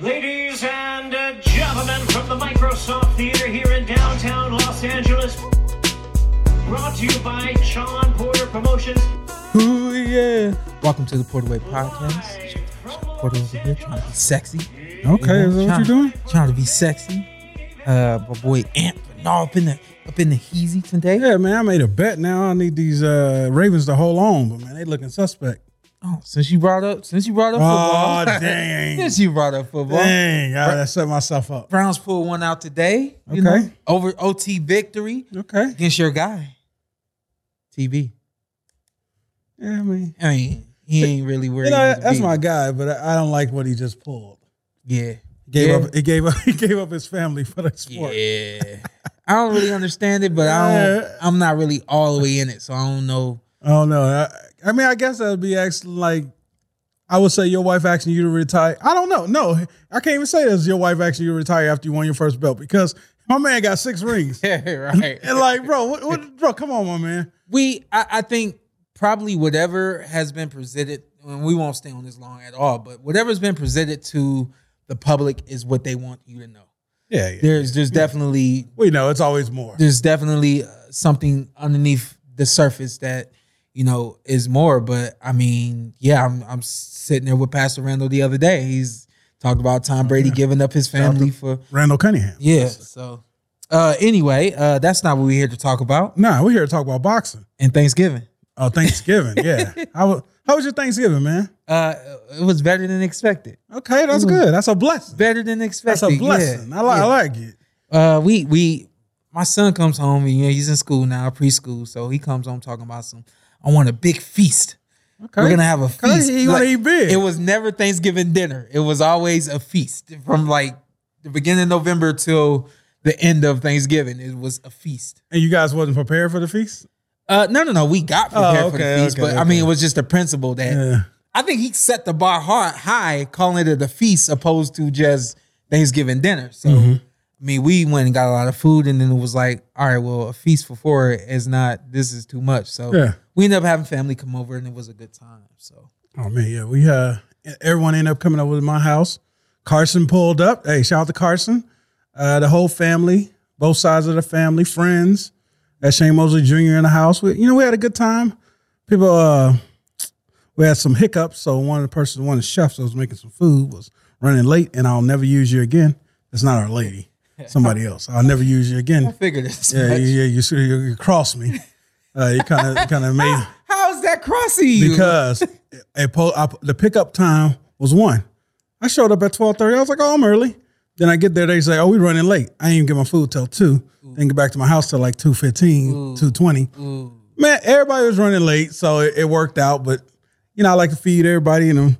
Ladies and uh, gentlemen, from the Microsoft Theater here in downtown Los Angeles, brought to you by Sean Porter Promotions. Ooh, yeah. Welcome to the Portaway Podcast. Porter over here trying to be sexy. Okay, is that what you Trying- doing? Trying to be sexy. Uh, my boy Amp and all up in the up in the heezy today. Yeah, man, I made a bet. Now I need these uh, Ravens to hold on, but man, they looking suspect. Oh, since you brought up since you brought up Aw, football. dang. since you brought up football. Dang, I, I set myself up. Browns pulled one out today. You Okay. know, over OT victory Okay. against your guy. TB. Yeah, I mean, I mean, he ain't really where you he know, needs to that's be. my guy, but I I don't like what he just pulled. Yeah. Gave yeah. up. He gave up. He gave up his family for the sport. Yeah. I don't really understand it, but I don't, Yeah. I'm not really all the way in it, so I don't know. I don't know. I, I mean, I guess that'd be asking like. I would say your wife asking you to retire. I don't know. No, I can't even say this. Your wife asking you to retire after you won your first belt because my man got six rings. Yeah, right. and like, bro, what, what, bro, come on, my man. we, I, I think probably whatever has been presented, and we won't stay on this long at all, but whatever's been presented to the public is what they want you to know. Yeah, yeah. There's, there's definitely, We know it's always more. there's definitely uh, something underneath the surface that you know is more. But I mean, yeah, I'm, I'm sitting there with Pastor Randall the other day. He's talked about Tom Brady giving up his family for Randall Cunningham. Yeah. So, uh, anyway, uh, that's not what we're here to talk about. Nah, we're here to talk about boxing. And Thanksgiving, Oh, Thanksgiving. yeah. How, wa- how was your Thanksgiving, man? uh, it was better than expected. Okay, that's good. That's a blessing. Better than expected. That's a blessing. Yeah. I, like, I like it. Uh, we we, my son comes home and you know he's in school now, preschool. So he comes home talking about some. I want a big feast. Okay. We're gonna have a Okay, feast. he wanna eat big. It was never Thanksgiving dinner. It was always a feast from like the beginning of November till the end of Thanksgiving. It was a feast. And you guys wasn't prepared for the feast? Uh, no, no, no. We got prepared Oh, for the okay, feast, okay, but I mean, it okay. was just the principle that Yeah. I think he set the bar hard high, calling it a feast opposed to just Thanksgiving dinner. So, Mm-hmm. I mean, we went and got a lot of food, and then it was like, all right, well, a feast for four is not. This is too much. So, Yeah. we ended up having family come over, and it was a good time. So, Oh man, yeah. We uh everyone ended up coming over to my house. Carson pulled up. Hey, shout out to Carson. Uh the whole family, both sides of the family, friends. That Shane Mosley Jr. in the house. We, you know, we had a good time. People uh we had some hiccups. So one of the persons, one of the chefs that was making some food was running late and I'll never use you again. It's not our lady. Somebody else. I'll never use you again. figure this. Yeah, much. yeah, you, you, you, you crossed me. Uh, you kind of kind of made How is that crossing you? because it po- I, the pickup time was one. I showed up at twelve thirty. I was like, "Oh, I'm early." Then I get there, they say, "Oh, we running late." I ain't even get my food till two. Then get back to my house till like 2.15, 2.20. Man, everybody was running late, so it, it worked out. But you know, I like to feed everybody. You know,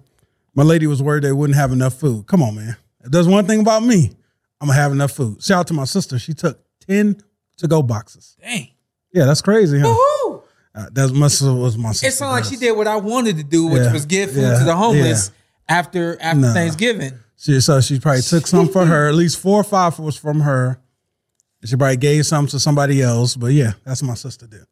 my lady was worried they wouldn't have enough food. Come on, man. If there's one thing about me, I'm gonna have enough food. Shout out to my sister. She took ten to go boxes. dang. Yeah, that's crazy. Huh? Woo! Uh, that's my sister was my sister. It sounded like bro. she did what I wanted to do, which Yeah, was give food yeah, to the homeless after after Nah. Thanksgiving. She, so she probably took some for her. At least four or five was from her. And She probably gave some to somebody else. But yeah, that's what my sister did.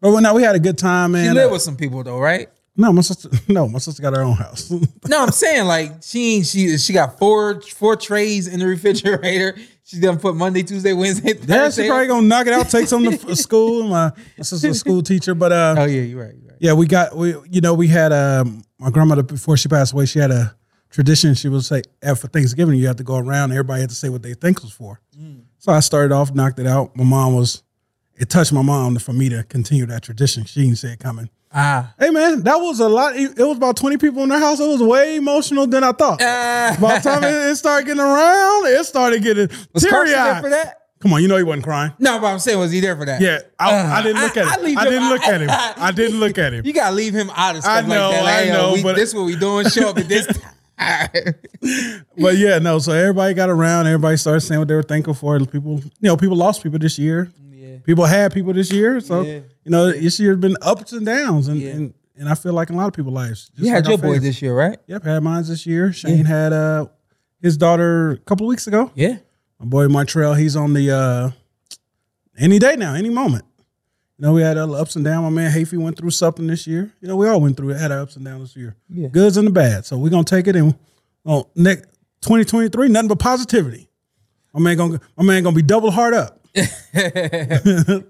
But well, no, we had a good time, man. She lived Uh, with some people though, right? no, my sister. No, my sister got her own house. No, I'm saying like she ain't she she got four four trays in the refrigerator. She done put Monday, Tuesday, Wednesday, Thursday. yeah, she probably gonna knock it out, take some to f- school. My, my sister's a school teacher, but uh, Oh yeah, you're right. You're right. yeah, we got we. You know, we had um, my grandmother before she passed away. She had a tradition, she would say, eh, for Thanksgiving, you have to go around. Everybody had to say what they think was for. Mm. So I started off, knocked it out. My mom was, it touched my mom for me to continue that tradition. She didn't see it coming. Ah. Hey man, that was a lot. It it was about twenty people in the house. It was way emotional than I thought. Ah. By the time it, it started getting around, it started getting Was Carson teary there for that? Come on, you know he wasn't crying. No, but I'm saying, was he there for that? Yeah, I, I didn't look Uh, I- at I him. leave I, him- didn't look I- at him. I- I didn't look at him. You gotta leave him out of stuff I know, like that. Like, I yo, know, we- but- this what we doing. Show up at this time. but yeah, no. So everybody got around. Everybody started saying what they were thankful for. People, you know, people lost people this year. People had people this year. So Yeah. you know, this year's been ups and downs, and Yeah. and, and I feel like in a lot of people's lives. just you had like your our boy fans. this year, right? Yep, had mine this year. Shane had uh his daughter a couple of weeks ago. Yeah. My boy Montreal, he's on the uh any day now, any moment. You know, we had our ups and downs. My man Hafey went through something this year. You know, we all went through it, had our ups and downs this year. Yeah. Goods and the bad. So we're gonna take it and on next 2023, nothing but positivity. My man gonna my man gonna be double hard up.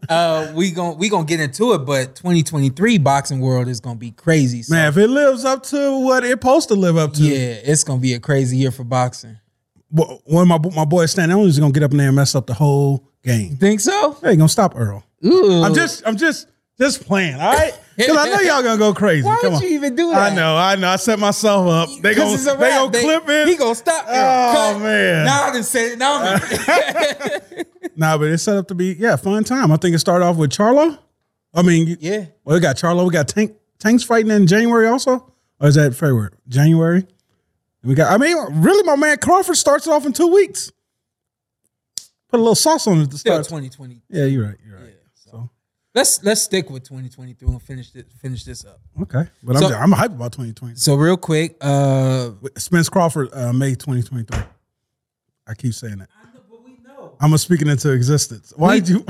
Uh, we gon' we gonna get into it, but 2023 boxing world is gonna be crazy. So, Man, if it lives up to what it supposed to live up to, yeah, it's gonna be a crazy year for boxing. wh- when my bo- my boy Stan Owens is gonna get up in there and mess up the whole game. Think so? They ain't gonna stop Earl. Ooh, I'm just, I'm just, just playing. All right, because I know y'all gonna go crazy. Why Come would on. you even do that? I know, I know. I set myself up. They 'Cause gonna, it's they a gonna wrap. They- clip it. He gonna stop. it. Oh, Cut. man. Now I done said it. Now I'm- nah, but it's set up to be yeah, fun time. I think it started off with Charlo. I mean, you- yeah. Well, we got Charlo. We got Tank. Tank's fighting in January also, or is that February? January. And we got. I mean, really, my man Crawford starts it off in two weeks. Put a little sauce on it to Still start. 2020. Yeah, you're right. You're right. So Let's let's stick with 2023 and finish this finish this up. okay, but So- I'm, I'm hyped about 2020. So real quick, uh, Spence Crawford, uh, May 2023. I keep saying that. I'm a speaking into existence. Why do you?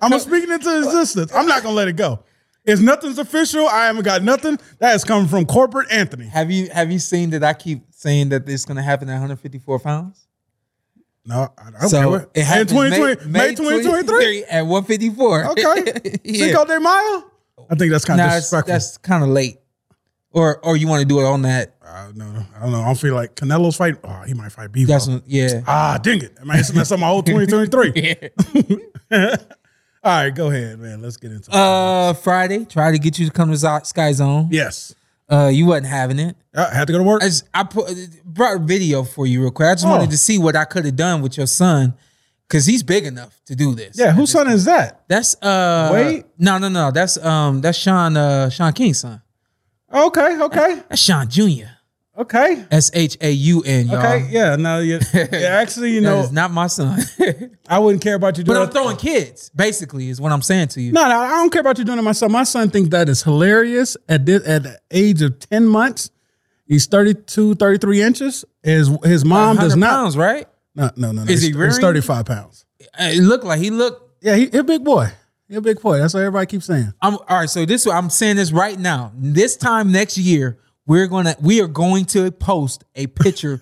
I'm a speaking into existence. I'm not gonna let it go. It's nothing's official. I haven't got nothing. That is coming from corporate Anthony. have you have you seen that I keep saying that it's gonna happen at 154 pounds? No, I don't so care. it in happened 2020, May, 2023. at 154. Okay, Yeah. Cinco de Mayo. I think that's kind of Nah, it's- disrespectful. that's kind of late. Or or you want to do it on that? Uh, no, no, I don't know. I don't feel like Canelo's fight. Oh, he might fight Bevo. That's when- yeah. Ah, dang it. Am I messing up my whole 2023? All right, go ahead, man. Let's get into it. Uh, Friday, try to get you to come to Zo- Sky Zone. yes. Uh, you wasn't having it. I had to go to work. I just I put brought a video for you real quick. I just Oh. wanted to see what I could have done with your son because he's big enough to do this. yeah, whose son is that? That's uh Wait. no no no that's um that's Sean uh Sean King's son. Okay, okay, That's Sean Jr. okay. S H A U N y'all. Okay, yeah, no, you, yeah, actually, you That know, is not my son. I wouldn't care about you doing but I'm throwing kids, basically, is what I'm saying to you. No, no, I don't care about you doing it myself. My son thinks that is hilarious at this, at the age of 10 months. He's 32, 33 inches. His, his mom does 100 not. pounds, right? No, no, no, no. Is he he's, he's rearing? 35 pounds. It looked like he looked Yeah, he, he a big boy. He a big boy. That's what everybody keeps saying. I'm all right. So this I'm saying this right now. This time next year, we're gonna we are going to post a picture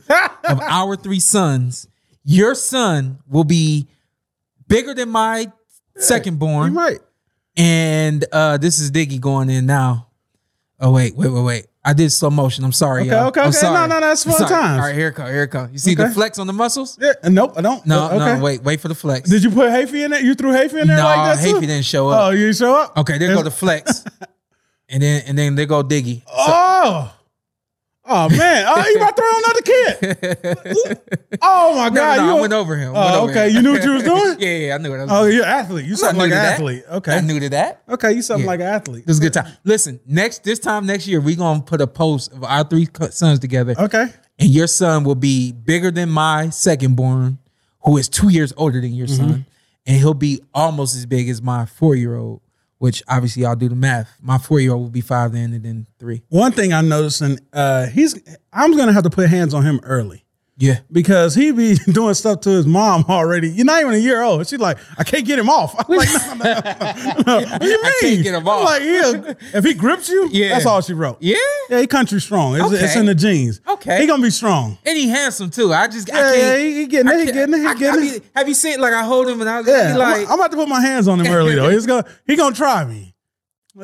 of our three sons. Your son will be bigger than my second You born, right. and uh, this is Diggy going in now. Oh wait, wait, wait, wait. I did slow motion. I'm sorry. Okay, y'all. okay, I'm okay. No, sorry. no, that's I'm fun sorry. times. All right, here it comes. Here it comes. You see the Okay. flex on the muscles? Yeah, and nope, I don't. Uh, No, okay. no. Wait, wait for the flex. Did you put Hafey in there? You threw Hafey in there no, like that too? Hafey didn't show Oh, up. you didn't show up? okay, there go the flex, and then and then there go Diggy. Oh. Oh man! Oh, you about to throw another kid? Oh my No, god! no, you I went over him. Oh, went over okay. him. You knew what you was doing? yeah, yeah, I knew it. I was Oh, you're an athlete. You I something knew like an to that. athlete. Okay. I knew to that. Okay, you something Yeah. like an athlete. It was a good time. Listen, next this time next year, we're gonna put a post of our three co- sons together, Okay. and your son will be bigger than my second born, who is two years older than your Mm-hmm. son, and he'll be almost as big as my four year old. Which obviously I'll do the math. My four year old will be five then, and then three. One thing I'm noticing, uh, he's I'm gonna have to put hands on him early Yeah, because he be doing stuff to his mom already. You're not even a year old. She's like, I can't get him off. I'm like, no, no, no. What do you mean? I can't get him I'm off. like, yeah, if he grips you, Yeah. that's all she wrote. yeah, Yeah, he country strong. It's, it's Okay. in the jeans. Okay. He gonna be strong. and he handsome too. I just I Yeah, yeah, can't. he, he getting it. He getting it. I- I He getting it. be- have you seen like I hold him and I Yeah, yeah, like I'm, I'm about to put my hands on him early though. He's gonna he gonna try me.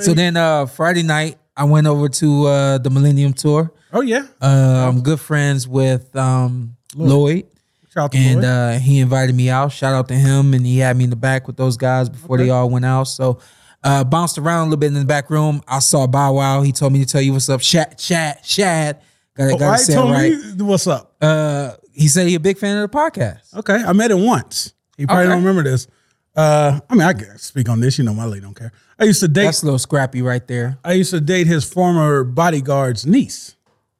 So then uh Friday night I went over to uh the Millennium Tour. Oh yeah. Uh, I'm good friends with um, Lloyd. Shout out to and Lloyd. uh, he invited me out. Shout out to him, and he had me in the back with those guys before they all went out. So uh, bounced around a little bit in the back room. I saw Bow Wow. He told me to tell you what's up, Shad, Shad, Shad. Got to Oh, I say it told right. me what's up. Uh, he said he a big fan of the podcast. Okay, I met him once. He probably Okay. don't remember this. Uh, I mean, I can speak on this. You know, my lady don't care. I used to date. That's a little scrappy right there. I used to date his former bodyguard's niece.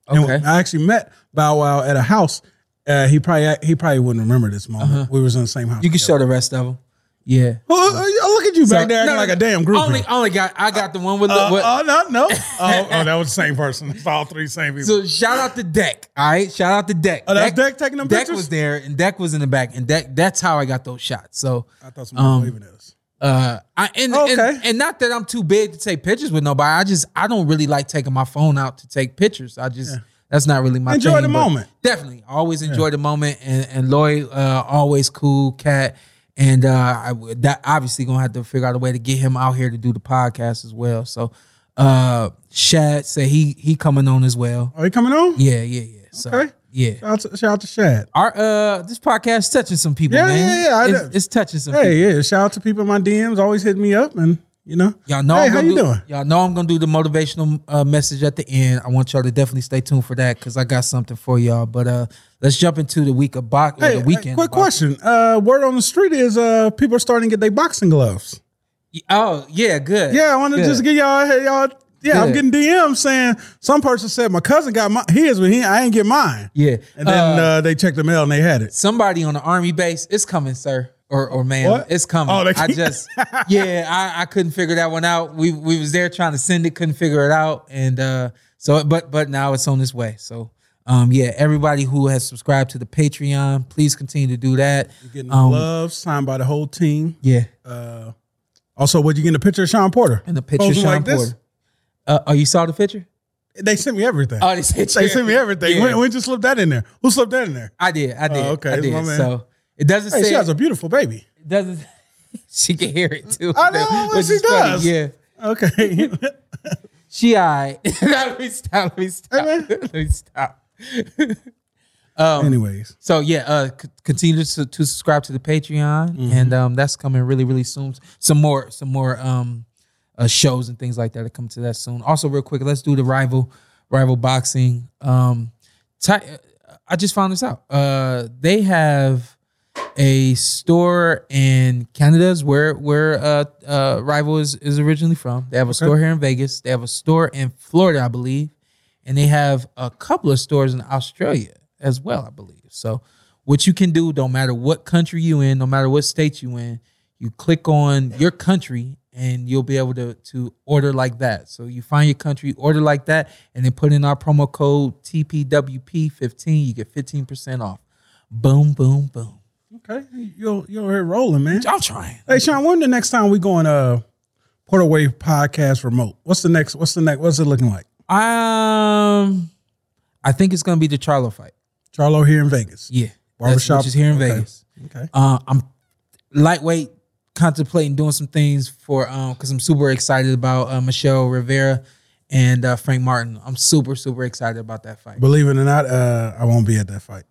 And Okay. I actually met Bow Wow at a house. Uh, he probably he probably wouldn't remember this moment. We was in the same house. Uh-huh. You can show together. the rest of them. Yeah. Oh, oh, oh, look at you back there acting No, like a damn group. Only, only got I got the one with the. uh, with- oh no, no. oh, oh, that was the same person. It's all three same people. So shout out to Deck. All right, shout out to Deck. Oh, that's Deck taking them Deck pictures? was there, and Deck was in the back, and Deck. That's how I got those shots. So, I thought somebody um, was waving at us. uh, I and, Okay. and and not that I'm too big to take pictures with nobody. I just I don't really like taking my phone out to take pictures. I just that's not really my Enjoy thing, the but moment. Definitely, I always enjoy the moment. And and Lloyd, uh, always cool cat. And uh, I would- that obviously gonna have to figure out a way to get him out here to do the podcast as well. So, uh, Shad said he he coming on as well. Are you coming on? Yeah, yeah, yeah. So, Okay. Yeah. Shout out to, shout out to Shad. Our uh this podcast touching some people, Yeah, man. yeah, yeah, I It's, know. it's touching some people. Hey, yeah. Shout out to people in my DMs. Always hit me up and you know. Y'all know Hey, I'm how gonna you do, doing? Y'all know I'm gonna do the motivational uh, message at the end. I want y'all to definitely stay tuned for that because I got something for y'all. But uh let's jump into the week of box or Hey, the weekend. quick of box. question. Uh, word on the street is uh, people are starting to get their boxing gloves. Oh yeah, good. Yeah, I want to Good. just get y'all, hey, y'all. Yeah, I'm Good. getting DMs saying some person said my cousin got my his, but he I ain't get mine. yeah. And then uh, they checked the mail and they had it. somebody on the army base, it's coming, sir. Or, or ma'am, What? it's coming. Oh, they I keep- just, yeah, I, I couldn't figure that one out. We we was there trying to send it, couldn't figure it out, and uh, so but but now it's on its way. So, um, yeah, everybody who has subscribed to the Patreon, please continue to do that. Getting Um, gloves signed by the whole team. Yeah, Also, would you get a picture of Sean Porter? and the picture, Posing Sean like this? Porter. Uh, oh, you saw the picture? They sent me everything. Oh, they sent they you sent me everything. Yeah. When, when you slip that in there? Who slipped that in there? I did, I did, Oh, okay, I it's did. my man. So it doesn't Hey, say she has a beautiful baby. it doesn't. she can hear it too. I know, which she is funny. does. Yeah. Okay. hey She all right. let me stop. Let me stop. man. let me stop. Um. Anyways, So yeah, uh, c- continue to, to subscribe to the Patreon, and um, that's coming really, really soon. Some more, some more um, uh, shows and things like that that come to that soon. Also, real quick, let's do the rival, rival boxing. Um, Ti- I just found this out. Uh, they have a store in Canada's where where uh, uh, rival is is originally from. They have a store here in Vegas. They have a store in Florida, I believe, and they have a couple of stores in Australia as well, I believe. So, what you can do, don't matter what country you in, no matter what state you in, you click on your country and you'll be able to to order like that. So you find your country, order like that, and then put in our promo code TPWP15. You get 15% off. Boom, boom, boom. okay, you're you're here rolling, man. I'm trying. Hey, Sean, when the next time we going uh Porter Wave podcast remote? What's the next? What's the next? What's it looking like? Um, I think it's gonna be the Charlo fight. Charlo here in Vegas. Yeah, Barbershop- That's, which is here in okay. Vegas. Okay. Uh, I'm lightweight contemplating doing some things for um because I'm super excited about uh, Michelle Rivera and uh, Frank Martin. I'm super super excited about that fight. Believe it or not, uh, I won't be at that fight.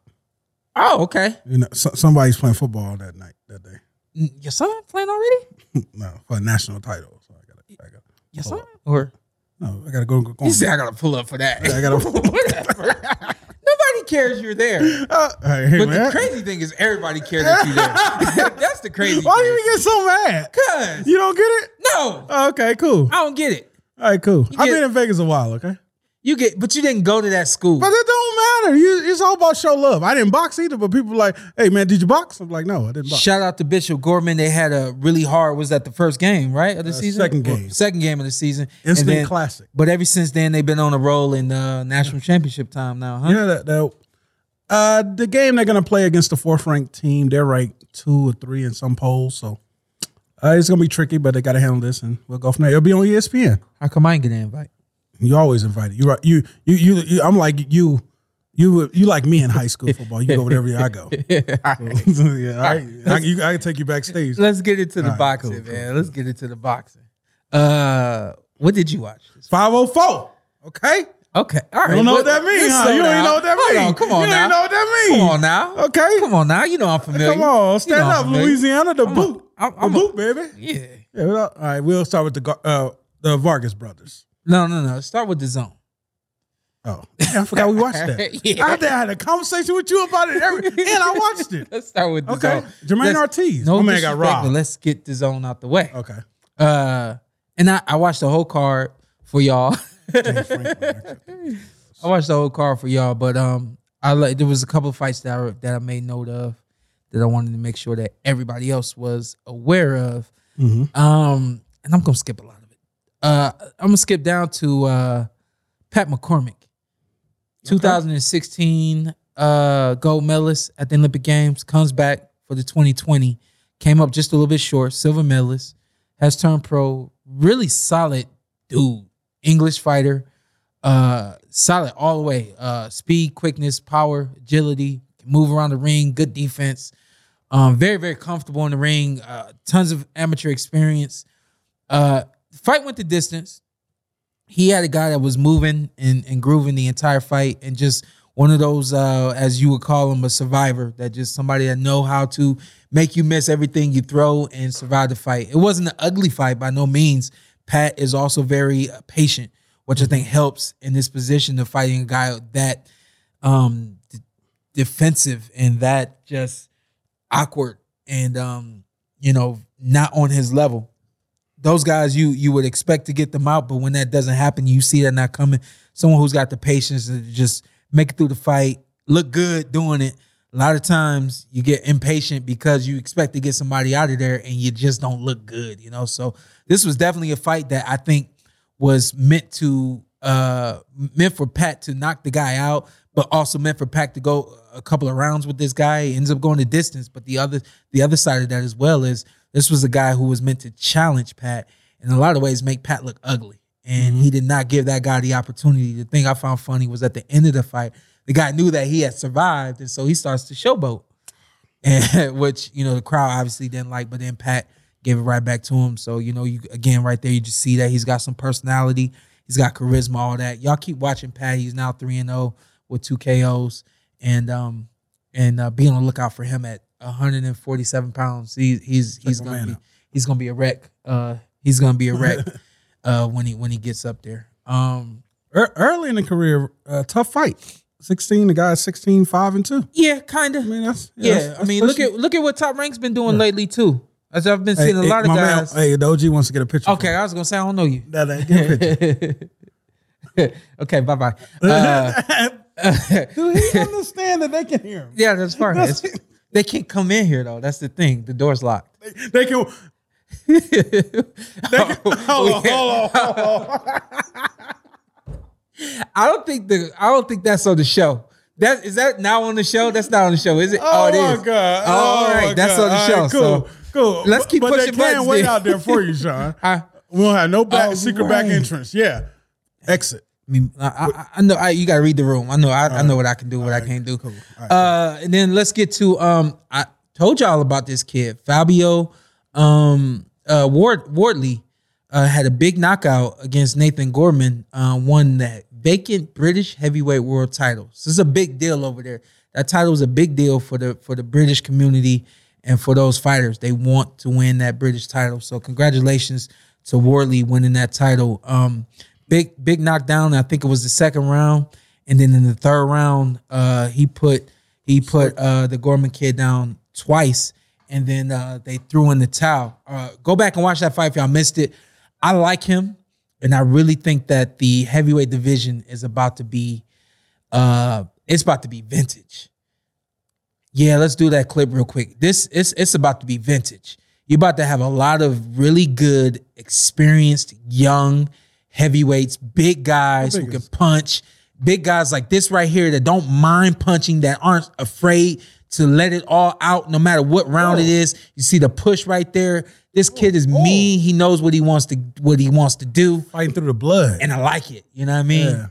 Oh, okay. You know, so, somebody's playing football that night that day. N- Your son playing already? No, for a national title. So I gotta, I gotta, Your son or no, I gotta go. go, go you said I gotta pull up for that. I gotta. Whatever. Nobody cares you're there. Uh, hey, hey, But the man. crazy thing is everybody cares that you're there. That's the crazy. Why do thing. you get so mad? Cause You don't get it? no, Oh, okay, cool. I don't get it. All right, cool. I've get- been in Vegas a while. Okay. You get, but you didn't go to that school. But it don't matter. You, it's all about show love. I didn't box either, but people like, hey man, did you box? I'm like, no, I didn't box. Shout out to Bishop Gorman. They had a really hard. Was that the first game, right, of the season? Uh, second Well, game. second game of the season. And Instant then- classic. But ever since then, they've been on a roll in uh, national championship time now, huh? Yeah, that, that uh, the game they're gonna play against the fourth ranked team. They're ranked two or three in some polls, so uh, it's gonna be tricky. But they gotta handle this, and we'll go from there. It'll be on E ESPN. How come I didn't get an invite? You always invited. You right. You you you. you I'm like you. You you like me in high school football. You go wherever I go. yeah, I, I, you, I can take you backstage. Let's get into the right, boxing, cool, cool, man. Let's get into the boxing. Uh, what did you watch? Five oh four. Okay. Okay. All right. You don't know Well, what that means, let's huh? slow You don't down. even know what that Hold means. on, come on You now. don't even know what that means. Come on now. Okay. Come on now. You know I'm familiar. Come on, stand You know I'm up, familiar. Louisiana, the boot, I'm- I'm the a- boot, baby. Yeah. Yeah, well, all right, we'll start with the Gar- uh, the Vargas brothers. No, no, no. Start with the zone. Oh, yeah, I forgot we watched that. Yeah. I, had- I had a conversation with you about it, every, and I watched it. Let's start with the Okay, zone. Jermaine Let's- Ortiz. No My man got disrespect, robbed. but Let's get the zone out the way. Okay, Uh, and I, I watched the whole card for y'all. I watched the whole card for y'all, but um, I like there was a couple of fights that I, that I made note of that I wanted to make sure that everybody else was aware of. Um, and I'm gonna skip a lot of it. Uh, I'm gonna skip down to uh, Pat McCormick, 2016 uh, gold medalist at the Olympic Games, comes back for the 2020, came up just a little bit short, silver medalist, has turned pro, really solid dude, English fighter, uh, solid all the way, uh, speed, quickness, power, agility, can move around the ring, good defense, um, very very comfortable in the ring, uh, tons of amateur experience. Uh, fight went the distance he had a guy that was moving and, and grooving the entire fight and just one of those uh, as you would call him a survivor that just somebody that know how to make you miss everything you throw and survive the fight it wasn't an ugly fight by no means pat is also very uh, patient which i think helps in this position of fighting a guy that um d- defensive and that just awkward and um you know not on his level those guys you you would expect to get them out, but when that doesn't happen, you see that not coming. Someone who's got the patience to just make it through the fight, look good doing it. A lot of times you get impatient because you expect to get somebody out of there and you just don't look good, you know. So this was definitely a fight that I think was meant to uh meant for Pat to knock the guy out, but also meant for Pat to go a couple of rounds with this guy. He ends up going the distance. But the other the other side of that as well is this was a guy who was meant to challenge Pat in a lot of ways make Pat look ugly. And he did not give that guy the opportunity. The thing I found funny was at the end of the fight, the guy knew that he had survived, and so he starts to showboat and which you know the crowd obviously didn't like, but then Pat gave it right back to him. So you know, you again right there, you just see that he's got some personality, he's got charisma, all that. Y'all keep watching Pat. He's now three and zero with two KOs, and um and uh, be on the lookout for him at 147 pounds. He, he's he's my gonna man be up. he's gonna be a wreck. Uh, he's gonna be a wreck uh, when he when he gets up there. Um, Ear- early in the career, uh, tough fight. Sixteen, the guy's 16, 5 and two. yeah, kind of. I mean, that's Yeah, that's- I mean, that's look pushing- at look at what Top Rank's been doing lately too. As I've been seeing a Hey, lot of my man- guys. hey, the OG wants to get a picture. Okay, I was gonna say I don't know you. that ain't get a picture. okay, bye bye. Uh, Do he understand that they can hear him? yeah, that's fine. It's- they can't come in here though. That's the thing. The door's locked. They can. Oh, Hold on, hold on. I don't think the I don't think that's on the show. That is that now on the show? That's not on the show, is it? Oh, it my is. god! All Oh, right, my that's God. on the All show. right, so cool, cool. let's But- keep but pushing they can buttons wait then. out there for you, Sean. Huh? we don't have no back Oh, secret back right. entrance. Yeah, exit. I mean, I, I, I know I, you got to read the room. I know I, I know what I can do, what I can't do. uh, and then let's get to um. I told y'all about this kid, Fabio, um, uh, Ward Wardley, uh, had a big knockout against Nathan Gorman, uh, won that vacant British heavyweight world title. So this is a big deal over there. That title is a big deal for the for the British community and for those fighters. They want to win that British title. So congratulations to Wardley winning that title. Um, big big knockdown. I think it was the second round, and then in the third round, uh, he put he put uh, the Gorman kid down twice, and then uh, they threw in the towel. Uh, go back and watch that fight if y'all missed it. I like him, and I really think that the heavyweight division is about to be uh, it's about to be vintage. Yeah, let's do that clip real quick. This it's it's about to be vintage. You're about to have a lot of really good, experienced, young heavyweights, big guys who can punch, big guys like this right here that don't mind punching, that aren't afraid to let it all out no matter what round it is. You see the push right there. This kid is mean. He knows what he wants to what he wants to do. Fighting through the blood. And I like it. You know what I mean? Yeah.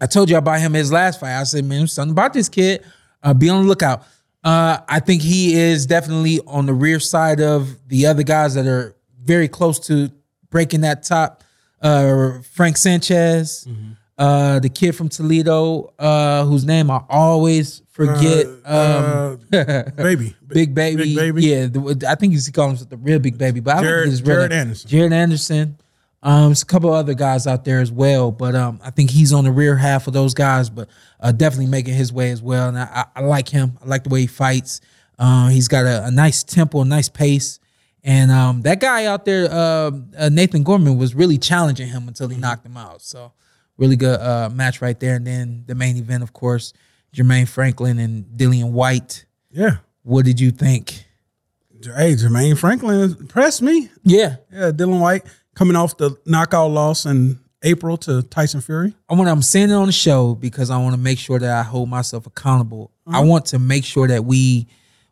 I told you about him his last fight. I said, man, something about this kid. Uh, be on the lookout. Uh, I think he is definitely on the rear side of the other guys that are Mm-hmm. very close to breaking that top. Uh, Frank Sanchez, Uh, the kid from Toledo, uh, whose name I always forget. um, Uh, baby, Big Baby. Big Baby. Yeah, the, I think you call him the real Big Baby, but I Jared- don't think his real Jared name- Anderson. Jared Anderson. Um, there's a couple other guys out there as well, but um, I think he's on the rear half of those guys, but uh, definitely making his way as well. And I, I, I like him. I like the way he fights. Uh, he's got a, a nice tempo, a nice pace. And um, that guy out there, uh, uh, Nathan Gorman, was really challenging him until Mm-hmm. he knocked him out. So, really good uh, match right there. And then the main event, of course, Jermaine Franklin and Dillian White. Yeah. What did you think? Hey, Jermaine Franklin impressed me. Yeah, Yeah, Dylan White coming off the knockout loss in April to Tyson Fury. I want. I'm saying it on the show because I want to make sure that I hold myself accountable. I Mm-hmm. want to make sure that we,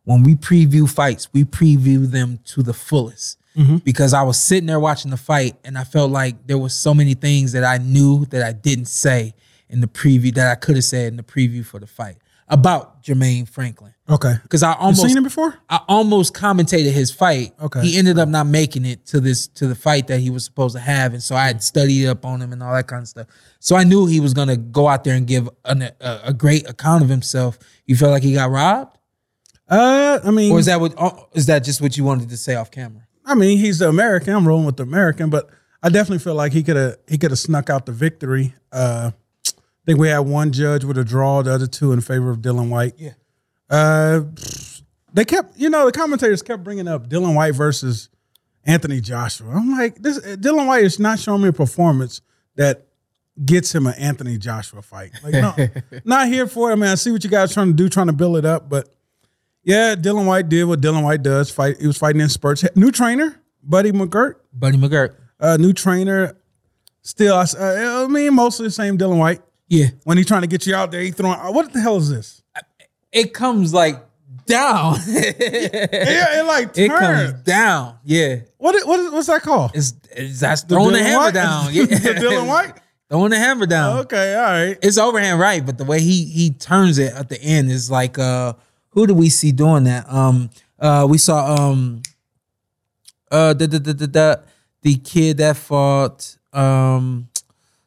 when we preview fights, we preview them to the fullest. Mm-hmm. Because I was sitting there watching the fight, and I felt like there was so many things that I knew that I didn't say in the preview that I could have said in the preview for the fight about Jermaine Franklin. Okay. Because I You almost seen him before? I almost commentated his fight. Okay. He ended up not making it to this to the fight that he was supposed to have, and so I had studied up on him and all that kind of stuff. So I knew he was gonna go out there and give an, a, a great account of himself. You felt like he got robbed, Uh, I mean, or is that what oh, is that just what you wanted to say off camera? I mean, he's the American. I'm rolling with the American, but I definitely feel like he could have he could have snuck out the victory. Uh, I think we had one judge with a draw, the other two in favor of Dylan White. Yeah. Uh, they kept, you know, the commentators kept bringing up Dylan White versus Anthony Joshua. I'm like, this Dylan White is not showing me a performance that gets him an Anthony Joshua fight. Like, no, not here for it. I mean, I see what you guys trying to do, trying to build it up, but yeah, Dylan White did what Dylan White does. Fight. He was fighting in spurts. New trainer, Buddy McGirt. Buddy McGirt. Uh, new trainer. Still, I, s- uh, I mean, mostly the same Dylan White. Yeah, When he trying to get you out there, he throwing. uh, What the hell is this? it comes like down. Yeah, it like it turns. comes down. Yeah, What? i- What is? What's that called? it's, it's that's throwing the, Dylan hammer White? down. Yeah, The Dylan White. throwing the hammer down. Okay, all right. it's overhand right, but the way he he turns it at the end is like uh who do we see doing that? Um uh we saw um uh the the the the, the, the kid that fought um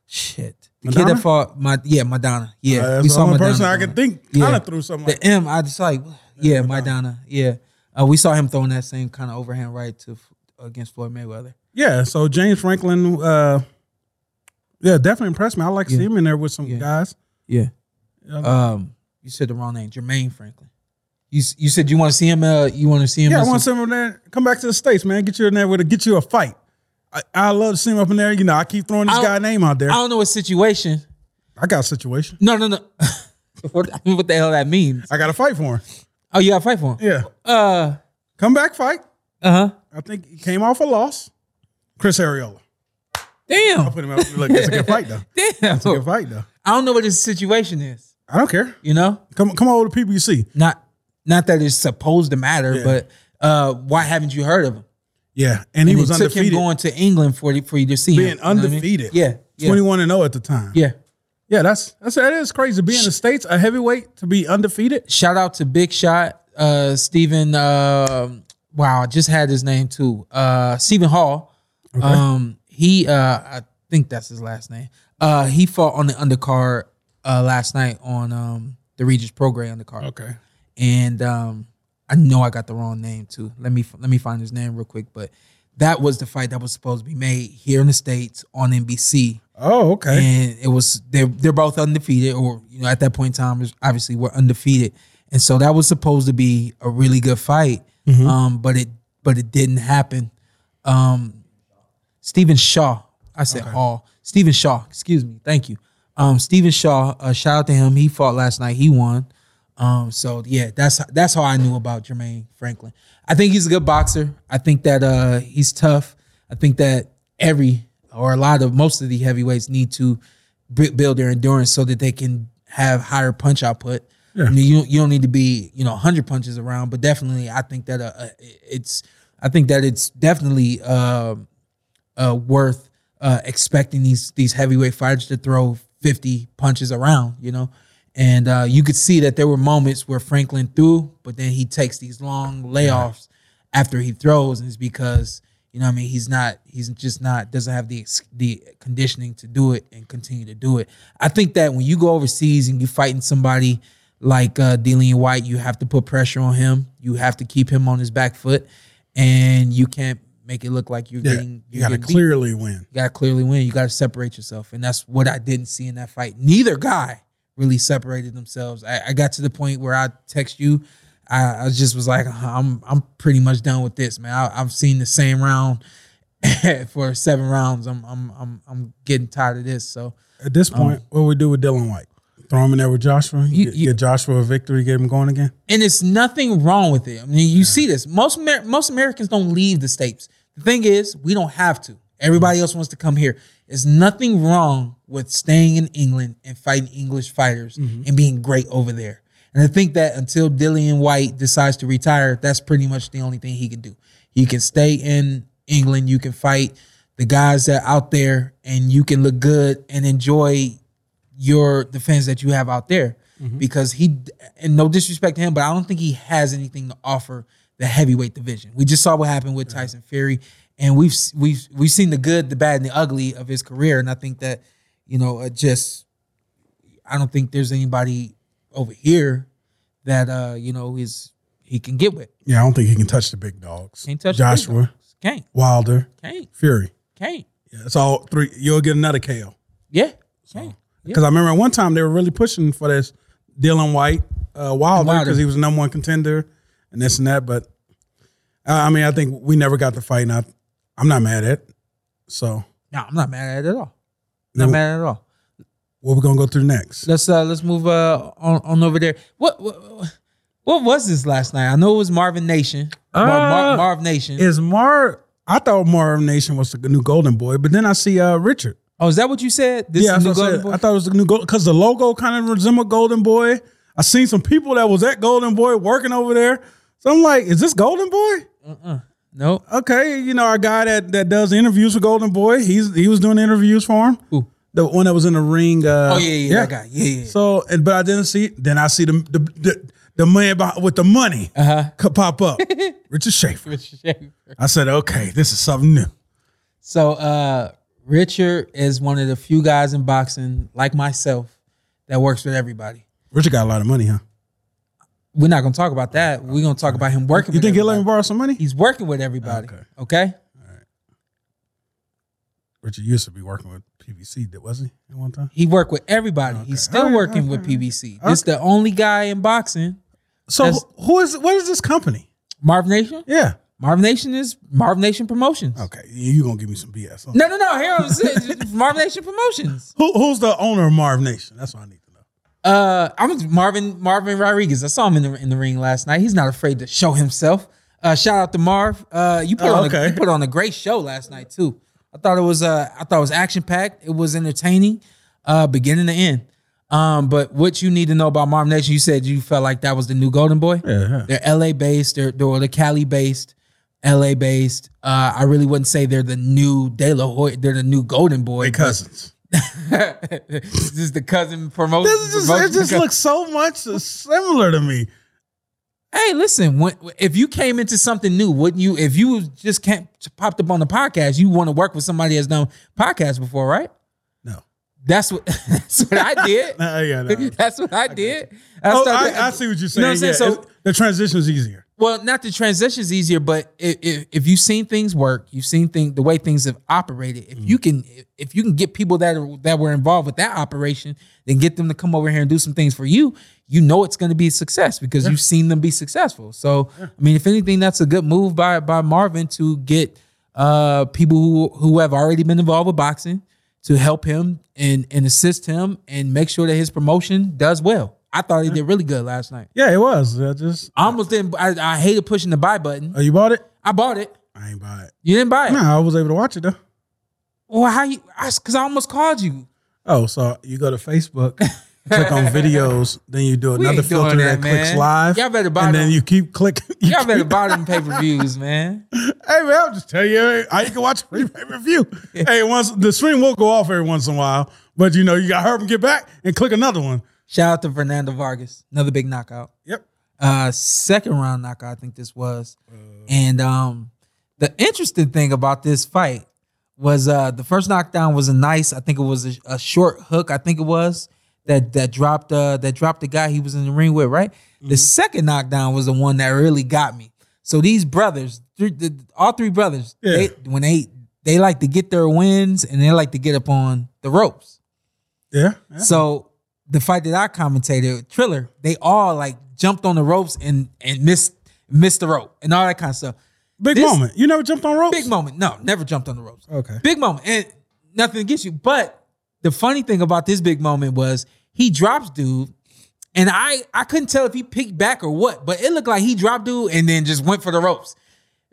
shit. The kid Madonna? that fought my yeah, Madonna. Yeah. Uh, that's we the saw only Madonna person I doing could it. think Yeah. kind of threw something. Like, The M I just like yeah, Madonna. Yeah. Uh, we saw him throwing that same kind of overhand right to against Floyd Mayweather. yeah. So James Franklin. uh Yeah, definitely impressed me. I like to see him in there with some guys. Yeah. Um, you said the wrong name, Jermaine Franklin. You s- you said you want to see him. Uh, you want to see him. Yeah, in I want some- someone there. Come back to the states, man. Get you in there with a get you a fight. I, I love to see him up in there. You know, I keep throwing this I'll- guy name out there. I don't know what situation. I got a situation. No, no, no. what, what the hell that means? I got to fight for him. Oh, you got to fight for him. Yeah, Uh, come back fight. uh huh. I think he came off a loss. Chris Ariola. Damn, Put him out. Look, it's a good fight though. It's a good damn. fight though. I don't know what his situation is. I don't care. You know, Come, come on, all the people you see. not not that it's supposed to matter, but uh, why haven't you heard of him? Yeah, and he And was it took undefeated, him going to England for for you to see him. being you know what I mean? undefeated. Yeah, yeah, twenty-one and zero at the time. yeah. yeah. That's that's that is crazy. Being in the states, a heavyweight to be undefeated. shout out to Big Shot, uh, Stephen. um wow, I just had his name too. Uh, Stephen Hall. Um, he, uh, I think that's his last name. Uh, he fought on the undercard uh, last night on um, the Regis Program undercard, Okay. and um, I know I got the wrong name too. Let me let me find his name real quick, but. That was the fight that was supposed to be made here in the states on NBC Oh, okay. and it was they're they're both undefeated, or you know, at that point in time, is- obviously we're undefeated, and so that was supposed to be a really good fight, um, but it but it didn't happen. Um, Stephen Shaw, I said all Stephen Shaw, excuse me, thank you. Um, Stephen Shaw, uh, shout out to him. He fought last night. He won. Um, so yeah, that's that's how I knew about Jermaine Franklin. I think he's a good boxer. I think that uh, he's tough. I think that every or a lot of most of the heavyweights need to b- build their endurance so that they can have higher punch output. I mean, you you don't need to be you know 100 punches around, but definitely I think that uh, uh, it's I think that it's definitely um uh, worth uh, expecting these these heavyweight fighters to throw 50 punches around, you know. And uh, you could see that there were moments where Franklin threw, but then he takes these long layoffs after he throws, and it's because You know what I mean? He's not. He's just not. Doesn't have the ex- the conditioning to do it and continue to do it. I think that when you go overseas and you fighting somebody like uh, Dillian White, you have to put pressure on him. You have to keep him on his back foot, and you can't make it look like you're Yeah, getting. you're you got to getting beat. clearly win. You got to clearly win. You got to separate yourself. And that's what I didn't see in that fight. Neither guy really separated themselves. I, I got to the point where I text you. I, I just was like, "Uh-huh, I'm I'm pretty much done with this, man. I, I've seen the same round for seven rounds. I'm I'm I'm I'm getting tired of this. So At this point, what we do with Dylan White? Throw him in there with Joshua. You- get, you- get Joshua a victory. Get him going again. and it's nothing wrong with it. I mean, you see this. Most Amer- most Americans don't leave the states. The thing is, we don't have to. Everybody else wants to come here. There's nothing wrong with staying in England and fighting English fighters and being great over there. And I think that until Dillian White decides to retire, that's pretty much the only thing he can do. You can stay in England. You can fight the guys that are out there, and you can look good and enjoy your the fans that you have out there because he and no disrespect to him but i don't think he has anything to offer the heavyweight division we just saw what happened with tyson fury and we've we've we've seen the good the bad and the ugly of his career and i think that you know uh, just i don't think there's anybody over here that uh you know is he can get with Yeah, I don't think he can touch the big dogs. can't touch the big Joshua, dogs. can't Wilder, can't Fury. can't Yeah, it's all three. You'll get another KO. yeah can't Because I remember at one time they were really pushing for this Dylan White uh, Wilder Wilder. because he was the number one contender and this and that. But uh, I mean, I think we never got the fight, and I, I'm not mad at. it. So no i'm not mad at it at all not No. mad at all what we gonna go through next? Let's uh let's move uh on, on over there. What, what what was this last night? I know it was Marvin Nation. Mar- Mar- Uh, Marv Nation. Is Mar? I thought Marv Nation was the new Golden Boy, but then I see uh, Richard. oh, is that what you said? This yeah, is that's the what I, Golden said. Boy? I thought it was the new Golden because the logo kind of resembled Golden Boy. I seen some people that was at Golden Boy working over there, so I'm like, is this Golden Boy? no. okay, you know our guy that that does the interviews with Golden Boy. He's he was doing interviews for him. Who? The one that was in the ring. Uh, Oh yeah, yeah, that guy. Yeah, yeah. So, and but I didn't see. Then I see the the the, the man behind, with the money Uh-huh. uh pop up. Richard Schaefer. I said, okay, this is something new. So uh Richard is one of the few guys in boxing, like myself, that works with everybody. Richard got a lot of money, huh? We're not gonna talk about that. We're gonna talk about him working You with think he'll let everybody. me borrow some money? He's working with everybody. Okay. okay? Richard used to be working with PBC, did was he at one time? He worked with everybody. He's still All right, working okay, with PBC. Okay. This the only guy in boxing. So That's- who- who is what is this company? Marv Nation? Yeah. Marv Nation is Marv Nation Promotions. Okay, you you gonna give me some BS? huh? No, no, no. Here I'm saying Marvin Nation Promotions. Who, who's the owner of Marv Nation? That's what I need to know. Uh, I'm Marvin Marvin Rodriguez. I saw him in the in the ring last night. He's not afraid to show himself. Uh, shout out to Marv. Uh, you put Oh, on a, okay. you put on a great show last night too. I thought it was uh I thought it was action packed. It was entertaining, uh, beginning to end. Um, but what you need to know about Marvin Nation, you said you felt like that was the new Golden Boy. Yeah. They're LA based. They're they're, they're Cali based, LA based. Uh, I really wouldn't say they're the new De La Hoya. They're the new Golden Boy. They but- cousins. this is the cousin promotion. This is just, it just looks so much similar to me. hey, listen. When, if you came into something new, wouldn't you? If you just can't popped up on the podcast, you want to work with somebody that's done podcasts before, right? No. That's what. That's what I did. Nah, yeah, no. That's what I did. I Oh, started- I, I see what you're You know saying. what I'm saying? yeah, So- it's- the transition is easier. Well, not the transition's easier, but if, if, if you've seen things work, you've seen thing the way things have operated. If you can, if you can get people that are, that were involved with that operation, then get them to come over here and do some things for you. You know it's going to be a success because you've seen them be successful. So, I mean, if anything, that's a good move by by Marvin to get uh people who who have already been involved with boxing to help him and and assist him and make sure that his promotion does well. I thought he did really good last night. Yeah, it was. I just I almost didn't. I, I hated pushing the buy button. oh, you bought it? I bought it. I ain't buy it. You didn't buy it. No, I was able to watch it though. Well, how you? Because I, almost called you. Oh, so you go to Facebook, click on videos, then you do We another ain't doing filter that, that, clicks man. live. Y'all better buy And then them. you keep clicking. you Y'all better keep- buy them pay per views, man. Hey man, I'll just tell you, hey, I you can watch free pay per view. Hey, once the stream will go off every once in a while, but you know you got to hurry up and get back and click another one. Shout out to Fernando Vargas, another big knockout. Yep. Uh, second round knockout, I think this was, and um, The interesting thing about this fight was uh the first knockdown was a nice. I think it was a, a short hook. I think it was that that dropped uh that dropped the guy he was in the ring with. Right. The second knockdown was the one that really got me. So these brothers, three, the, all three brothers, Yeah. they, when they they like to get their wins and they like to get up on the ropes. Yeah. yeah. So the fight that I commentated, Triller, they all like jumped on the ropes and and missed missed the rope and all that kind of stuff. Big This- moment. You never jumped on ropes? Big moment. No, never jumped on the ropes. Okay. Big moment. And nothing against you. But the funny thing about this big moment was he drops dude. And I I couldn't tell if he picked back or what, but it looked like he dropped dude and then just went for the ropes.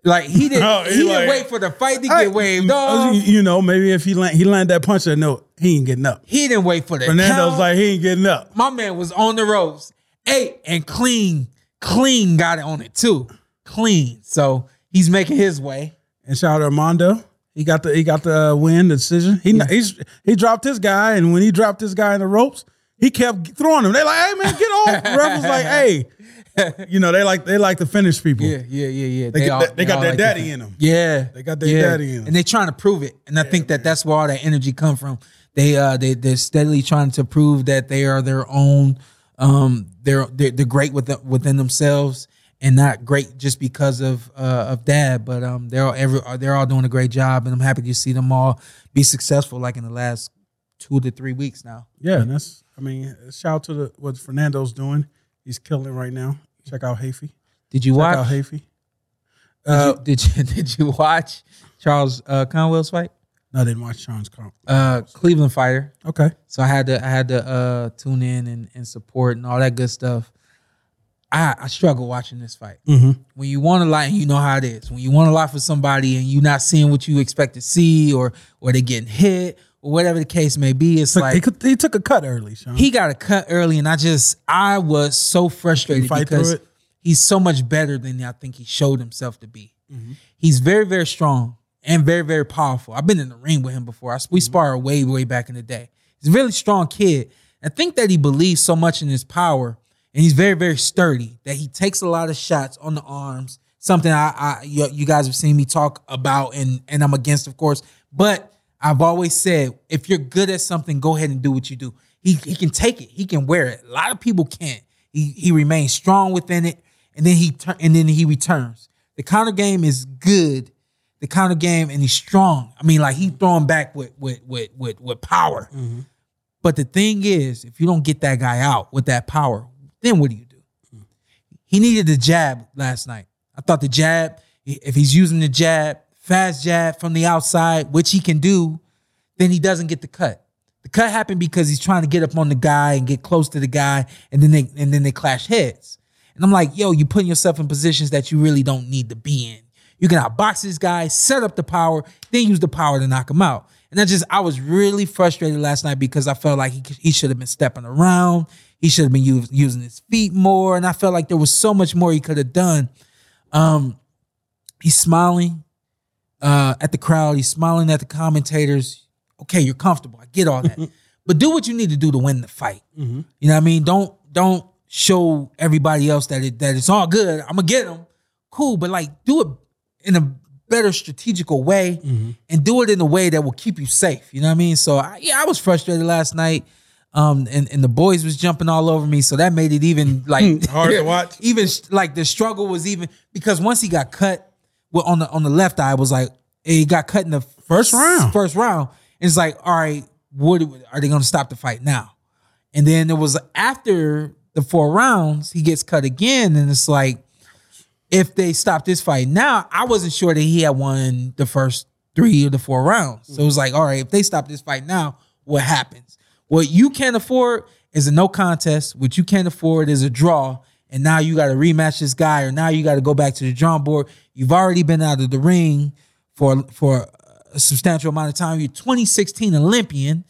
Like he didn't No, Oh, he he like- didn't wait for the fight to I- get waved uh, you- off. You know, maybe if he land, he landed that punch, I know he ain't getting up. He didn't wait for the Fernando's count. like, he ain't getting up. my man was on the ropes. Eight and clean, clean got it on it too. Clean. So he's making his way. And shout out to Armando. He got the he got the uh, win the decision. He he's, he dropped his guy, and when he dropped this guy in the ropes, he kept throwing him. They like, hey man, get off. The ref was like, hey, you know they like they like to finish people. Yeah, yeah, yeah, yeah. They, get all- that- they got all their like daddy that. in them. Yeah, They got their yeah. daddy in 'em. and they're trying to prove it. And I think that that's where all that energy come from. They uh they they're steadily trying to prove that they are their own. Um, they're they're, they're great with within themselves and not great just because of uh of dad. But um, they're all every they're all doing a great job, and I'm happy to see them all be successful. Like in the last two to three weeks now. Yeah, and that's I mean, shout out to the, what Fernando's doing. He's killing it right now. Check out Hafey. Check Did you out watch? Hafey. Uh, did, you, did you did you watch Charles uh, Conwell's fight? no, I didn't watch Sean's comp. Uh, Cleveland fighter. Okay. So I had to I had to uh tune in and, and support and all that good stuff. I I struggle watching this fight. When you want a lot and you know how it is. When you want a lot for somebody and you're not seeing what you expect to see or or they getting hit or whatever the case may be, it's Took- he, like could- he took a cut early, Sean. he got a cut early and I just I was so frustrated You fight through because it? he's so much better than I think he showed himself to be. Mm-hmm. He's very very strong and very very powerful. I've been in the ring with him before. I, we Mm-hmm. sparred way way back in the day. He's a really strong kid. I think that he believes so much in his power and he's very very sturdy that he takes a lot of shots on the arms. Something I, I you, you guys have seen me talk about and and I'm against of course, but I've always said if you're good at something, go ahead and do what you do. He, he can take it. He can wear it. A lot of people can't. He he remains strong within it, and then he tur- and then he returns. The counter game is good. The counter game, and he's strong. I mean, like he throwing back with with with with, with power. But the thing is, if you don't get that guy out with that power, then what do you do? He needed the jab last night. I thought the jab, if he's using the jab, fast jab from the outside, which he can do, then he doesn't get the cut. The cut happened because he's trying to get up on the guy and get close to the guy, and then they and then they clash heads. And I'm like, yo, you're putting yourself in positions that you really don't need to be in. You can outbox this guy, set up the power, then use the power to knock him out. And I just, I was really frustrated last night because I felt like he, he should have been stepping around. He should have been us- using his feet more. And I felt like there was so much more he could have done. Um, he's smiling uh, at the crowd. He's smiling at the commentators. Okay, you're comfortable. I get all that, but do what you need to do to win the fight. Mm-hmm. You know what I mean? Don't don't show everybody else that it that it's all good. I'm gonna get them. Cool, but like do it in a better strategical way, Mm-hmm. and do it in a way that will keep you safe. You know what I mean? So I, yeah, I was frustrated last night. Um, and, and the boys was jumping all over me, so that made it even like Hard to watch. even like the struggle was even because once he got cut well, on the on the left eye was like he got cut in the First round. First round. It's like, all right, what do- are they going to stop the fight now? And then it was after the four rounds, he gets cut again, and it's like, if they stop this fight now, I wasn't sure that he had won the first three or the four rounds. So it was like, all right, if they stop this fight now, what happens? What you can't afford is a no contest. What you can't afford is a draw. And now you got to rematch this guy, or now you got to go back to the drawing board. You've already been out of the ring for for a substantial amount of time. You're 2016 Olympian.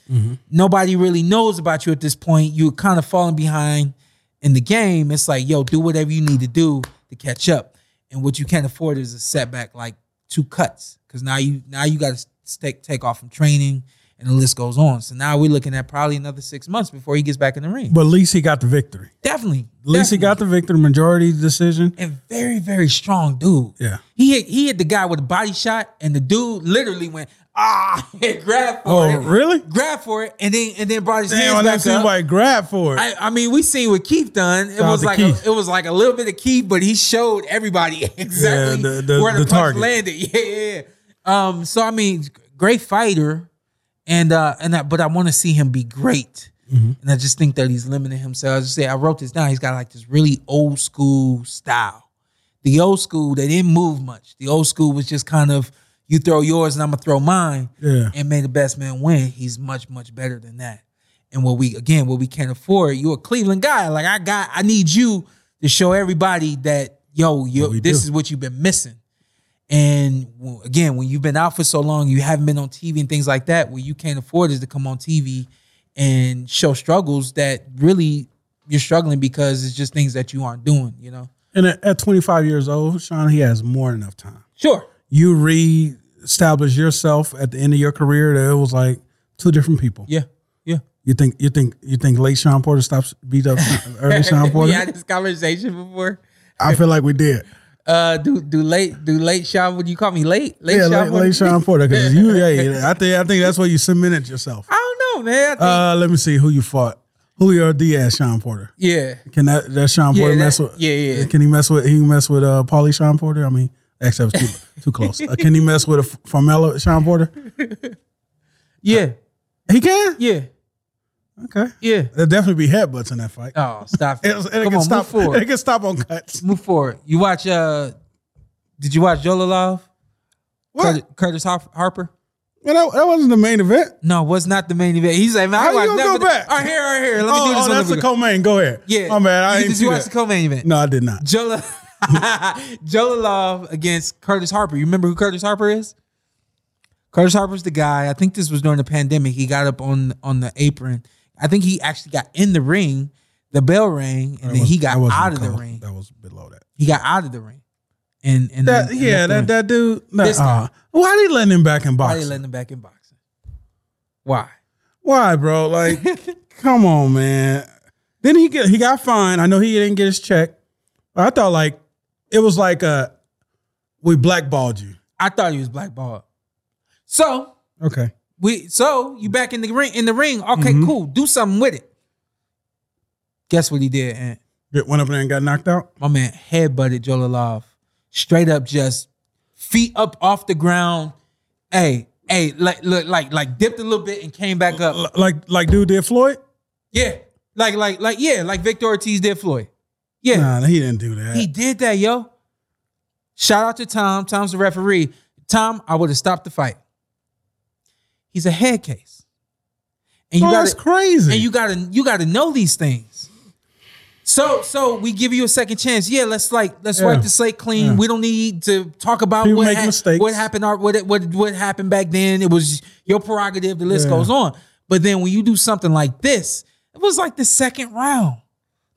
Nobody really knows about you at this point. You're kind of falling behind in the game, it's like, yo, do whatever you need to do to catch up. And what you can't afford is a setback like two cuts. Cause now you now you gotta take take off from training and the list goes on. So now we're looking at probably another six months before he gets back in the ring. But at least he got the victory. definitely, At least he got the victory, majority decision. and very very strong dude. Yeah. he hit, he hit the guy with a body shot, and the dude literally went ah, and grabbed for Oh, it. really? Grabbed for it, and then and then brought his Damn, I hands didn't back see up. anybody grab for it. I, I mean, we seen what Keith done. It Shout out was to like Keith. a, it was like a little bit of Keith, but he showed everybody exactly the- the- where the, the punch target. landed. Yeah, yeah, yeah. Um, so I mean, great fighter, and uh, and I, but I want to see him be great, Mm-hmm. and I just think that he's limiting himself. As I say, I wrote this down. He's got like this really old school style. The old school, they didn't move much. The old school was just kind of you throw yours and I'm gonna throw mine, Yeah. and may the best man win. He's much much better than that. And what we again, what we can't afford. You're a Cleveland guy. Like I got, I need you to show everybody that yo, yo we this do. is what you've been missing. And w- again, when you've been out for so long, you haven't been on TV and things like that. What you can't afford is to come on TV and show struggles that really you're struggling because it's just things that you aren't doing. You know. and at, at 25 years old, Sean, he has more than enough time. Sure. You re-establish yourself at the end of your career. That it was like two different people. Yeah. Yeah. You think you think you think late Sean Porter stops beat up early Sean we Porter? had this conversation before. I feel like we did. Uh, do do late do late Sean? Would you call me late? Late yeah, Sean late, Wood? late Sean Porter. Because you, yeah, I think I think that's where you cemented yourself. I don't know, man. I think, Uh, let me see who you fought. Julio Diaz, Sean Porter. yeah, Can that that Sean Yeah, Porter that- mess with? yeah, yeah. Can he mess with? He mess with uh, Paulie Sean Porter. I mean, actually, that was too, too close. Uh, can he mess with a F- Formella Sean Porter? yeah, He can. yeah, Okay. Uh, yeah. There'll definitely be headbutts in that fight. Oh, stop! It. It, was- it Come can on, stop. move forward. It can stop on cuts. move forward. You watch? uh Did you watch Jolalov? What? Curtis, Curtis Har- Harper? Well, that, that wasn't the main event. No, was not the main event. He's like, man, I How you watched gonna that, go but- back? All right, here, all right, here. Let me do Oh, this. oh, one. that's Let the me go. co-main. Go ahead. Yeah. Oh man, I You- didn't did see you watch the that. co-main event? No, I did not. Jola Jolalov against Curtis Harper. You remember who Curtis Harper is? Curtis Harper's the guy. I think this was during the pandemic. He got up on on the apron. I think he actually got in the ring. The bell rang, and then he got That wasn't out of the co- ring. That was below that. Mm-hmm. He got out of the ring. And and That then- and yeah, then- that that dude. nah, This guy. uh, why they letting him back in why they boxing? letting him back in boxing? Why? Why, bro? Like, come on, man. Then he get he got fined. I know he didn't get his check. But I thought like it was like uh we blackballed you. I thought he was blackballed. So Okay. we so you back in the ring in the ring. Okay, Mm-hmm. cool. Do something with it. Guess what he did, Ant? Get- Went up there and got knocked out. my man headbutted Jolalov. Straight up just feet up off the ground. Hey, hey, like look, like like dipped a little bit and came back L- up. like like dude did Floyd. Yeah. Like like like yeah, like Victor Ortiz did Floyd. Yeah. Nah, he didn't do that. He did that, yo. Shout out to Tom. Tom's the referee. Tom, I would have stopped the fight. He's a head case. And oh, you that's got crazy. and you gotta you gotta know these things. So so we give you a second chance. Yeah, let's like let's Yeah. wipe the slate clean. Yeah. We don't need to talk about People what make mistakes. what happened or what what what happened back then. It was your prerogative. The list Yeah. goes on. But then when you do something like this, it was like the second round.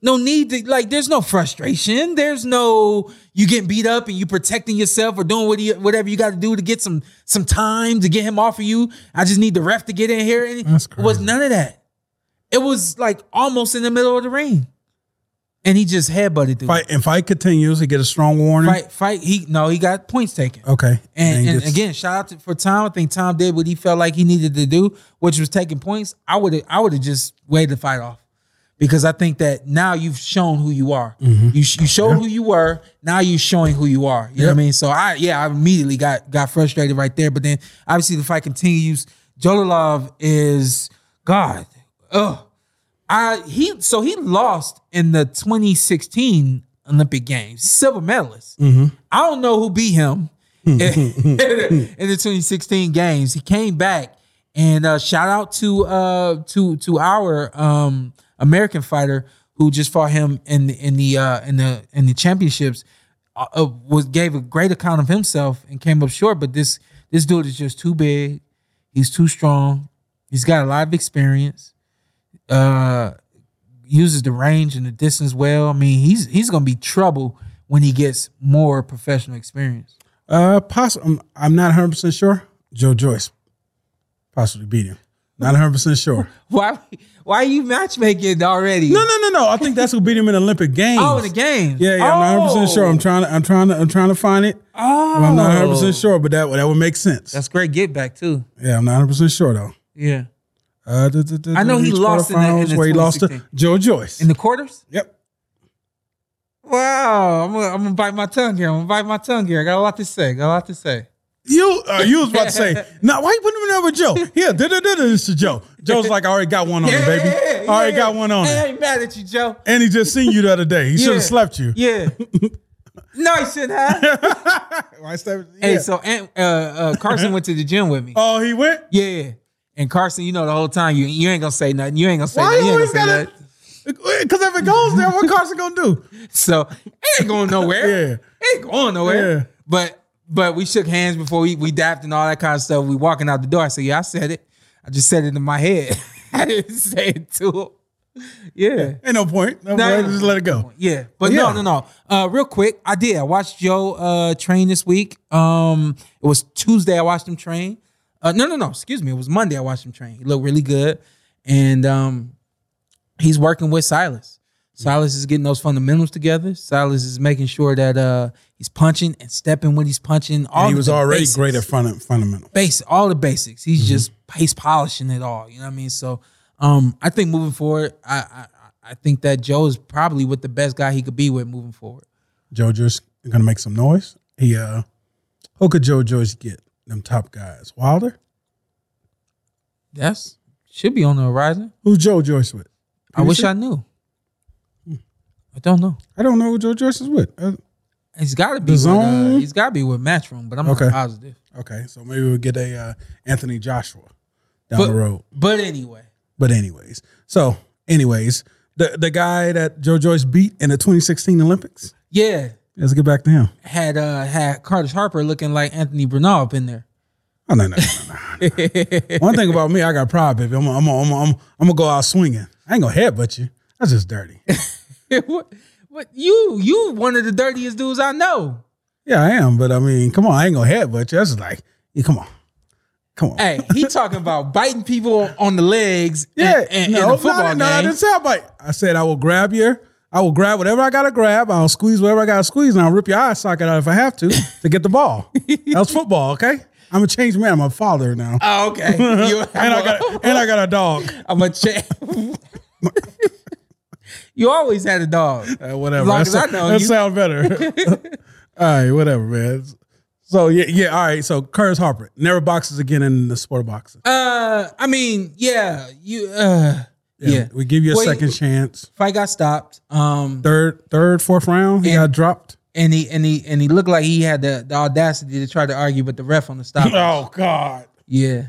No need to like. There's no frustration. There's no you getting beat up and you protecting yourself or doing what you, whatever you got to do to get some some time to get him off of you. I just need the ref to get in here. And That's it was crazy. none of that. It was like almost in the middle of the ring, and he just headbutted the fight and fight continues. He get a strong warning. fight. Fight. He no. He got points taken. Okay. And, he and gets- again, shout out to, for Tom. I think Tom did what he felt like he needed to do, which was taking points. I would have I would have just waited the fight off because I think that now you've shown who you are. You sh- you showed who you were. Now you're showing who you are. You know what I mean? So I yeah, I immediately got got frustrated right there. But then obviously the fight continues. Jolalov is God. Ugh. I he so he lost in the 2016 Olympic Games, silver medalist. I don't know who beat him in, in the 2016 games. He came back and uh, shout out to uh, to to our um, American fighter who just fought him in the, in the uh, in the in the championships. Uh, uh, was gave a great account of himself and came up short. But this this dude is just too big. He's too strong. He's got a lot of experience. Uh, uses the range and the distance well. I mean, he's he's gonna be trouble when he gets more professional experience. um, Uh, possible. I'm, I'm not 100 percent sure. Joe Joyce possibly beat him. Not 100 percent sure. Why? Why are you matchmaking already? No, no, no, no. I think that's who beat him in the Olympic Games. Oh, the game. Yeah, yeah. I'm not 100 percent Oh. sure. I'm trying to. I'm trying to. I'm trying to find it. Oh, I'm not 100 percent sure, but that that would make sense. That's great. Get back too. yeah, I'm not 100 percent sure though. Yeah. Uh, duh, duh, duh, I know duh, he duh, lost in the- in quarterfinals the where he lost to 2016. Joe Joyce. In the quarters. yep. Wow. I'm gonna, I'm gonna bite my tongue here. I'm gonna bite my tongue here. I got a lot to say. Got a lot to say. You uh, you was about to say, nah, why you putting him in there with Joe? Yeah, da da da da. This is Joe. Joe's like, I already got one on him, baby. I already yeah. got one on Hey, I him. ain't mad at you, Joe. And he just seen you the other day. He should Yeah. have slept you. Yeah. no, he shouldn't have. Why slept- Hey, yeah. so Aunt, uh, uh, Carson went to the gym with me. oh, he went. Yeah, yeah. And Carson, you know the whole time you you ain't gonna say nothing. You ain't gonna say Why nothing. you You ain't always gonna say gotta? nothing. Because if it goes there, what Carson gonna do? So it ain't going nowhere. Yeah. It ain't going nowhere. Yeah. But but we shook hands before we we dapped and all that kind of stuff. We walking out the door. I said, yeah, I said it. I just said it in my head. I didn't say it to him. Yeah. Ain't no point. No, No, point. no, Just no. let it go. Yeah, but Yeah. no, no, no. Uh, real quick, I did. I watched Joe uh, train this week. Um, it was Tuesday. I watched him train. Uh, no, no, no. Excuse me. It was Monday. I watched him train. He looked really good, and um, he's working with Silas. Silas is getting those fundamentals together. Silas is making sure that uh, he's punching and stepping when he's punching. All And he of was the already basics great at funda- fundamental. basic, all the basics. He's just he's polishing it all. You know what I mean? So, um, I think moving forward, I, I I think that Joe is probably with the best guy he could be with moving forward. Joe Joyce gonna make some noise. He uh, who could Joe Joyce get? Them top guys. Wilder. That's should be on the horizon. Who's Joe Joyce with? I wish Peterson? I knew. Hmm. I don't know. I don't know who Joe Joyce is with. Uh, He's got to be. The With, uh, Zone? he's got to be with Matchroom, but I'm Okay. not positive. Okay, so maybe we'll get a uh, Anthony Joshua down But- the road. But anyway, But anyways, so anyways, the the guy that Joe Joyce beat in the 2016 Olympics. yeah, Let's get back to him. had uh had Curtis Harper looking like Anthony Bernal up in there. Oh no no no no! no. One thing about me, I got pride, baby. I'm gonna I'm gonna I'm gonna I'm gonna go out swinging. I ain't gonna headbutt you. That's just dirty. what? What you you one of the dirtiest dudes I know. Yeah, I am. But I mean, come on, I ain't gonna headbutt you. That's just like, yeah, come on, come on. Hey, he talking about biting people on the legs. Yeah, and, and, no, in a no, football no, I game. didn't say I bite. I said I will grab your, I will grab whatever I gotta grab. I'll squeeze whatever I gotta squeeze, and I'll rip your eye socket out if I have to to get the ball. That's football, okay? I'm a changed man. I'm a father now, Oh, okay. You, and I got and I got a dog. I'm a check. you always had a dog. Uh, whatever. As long That as I sou- know that you. sound better. all right, whatever, man. So yeah, yeah. All right. So Curtis Harper never boxes again in the sport of boxing. Uh, I mean, yeah, you. Uh, yeah. we give you a Well, second he- chance. Fight got stopped. Um, Third, third, fourth round, he And- got dropped. and he and he and he looked like he had the, the audacity to try to argue with the ref on the stop. Oh God. Yeah.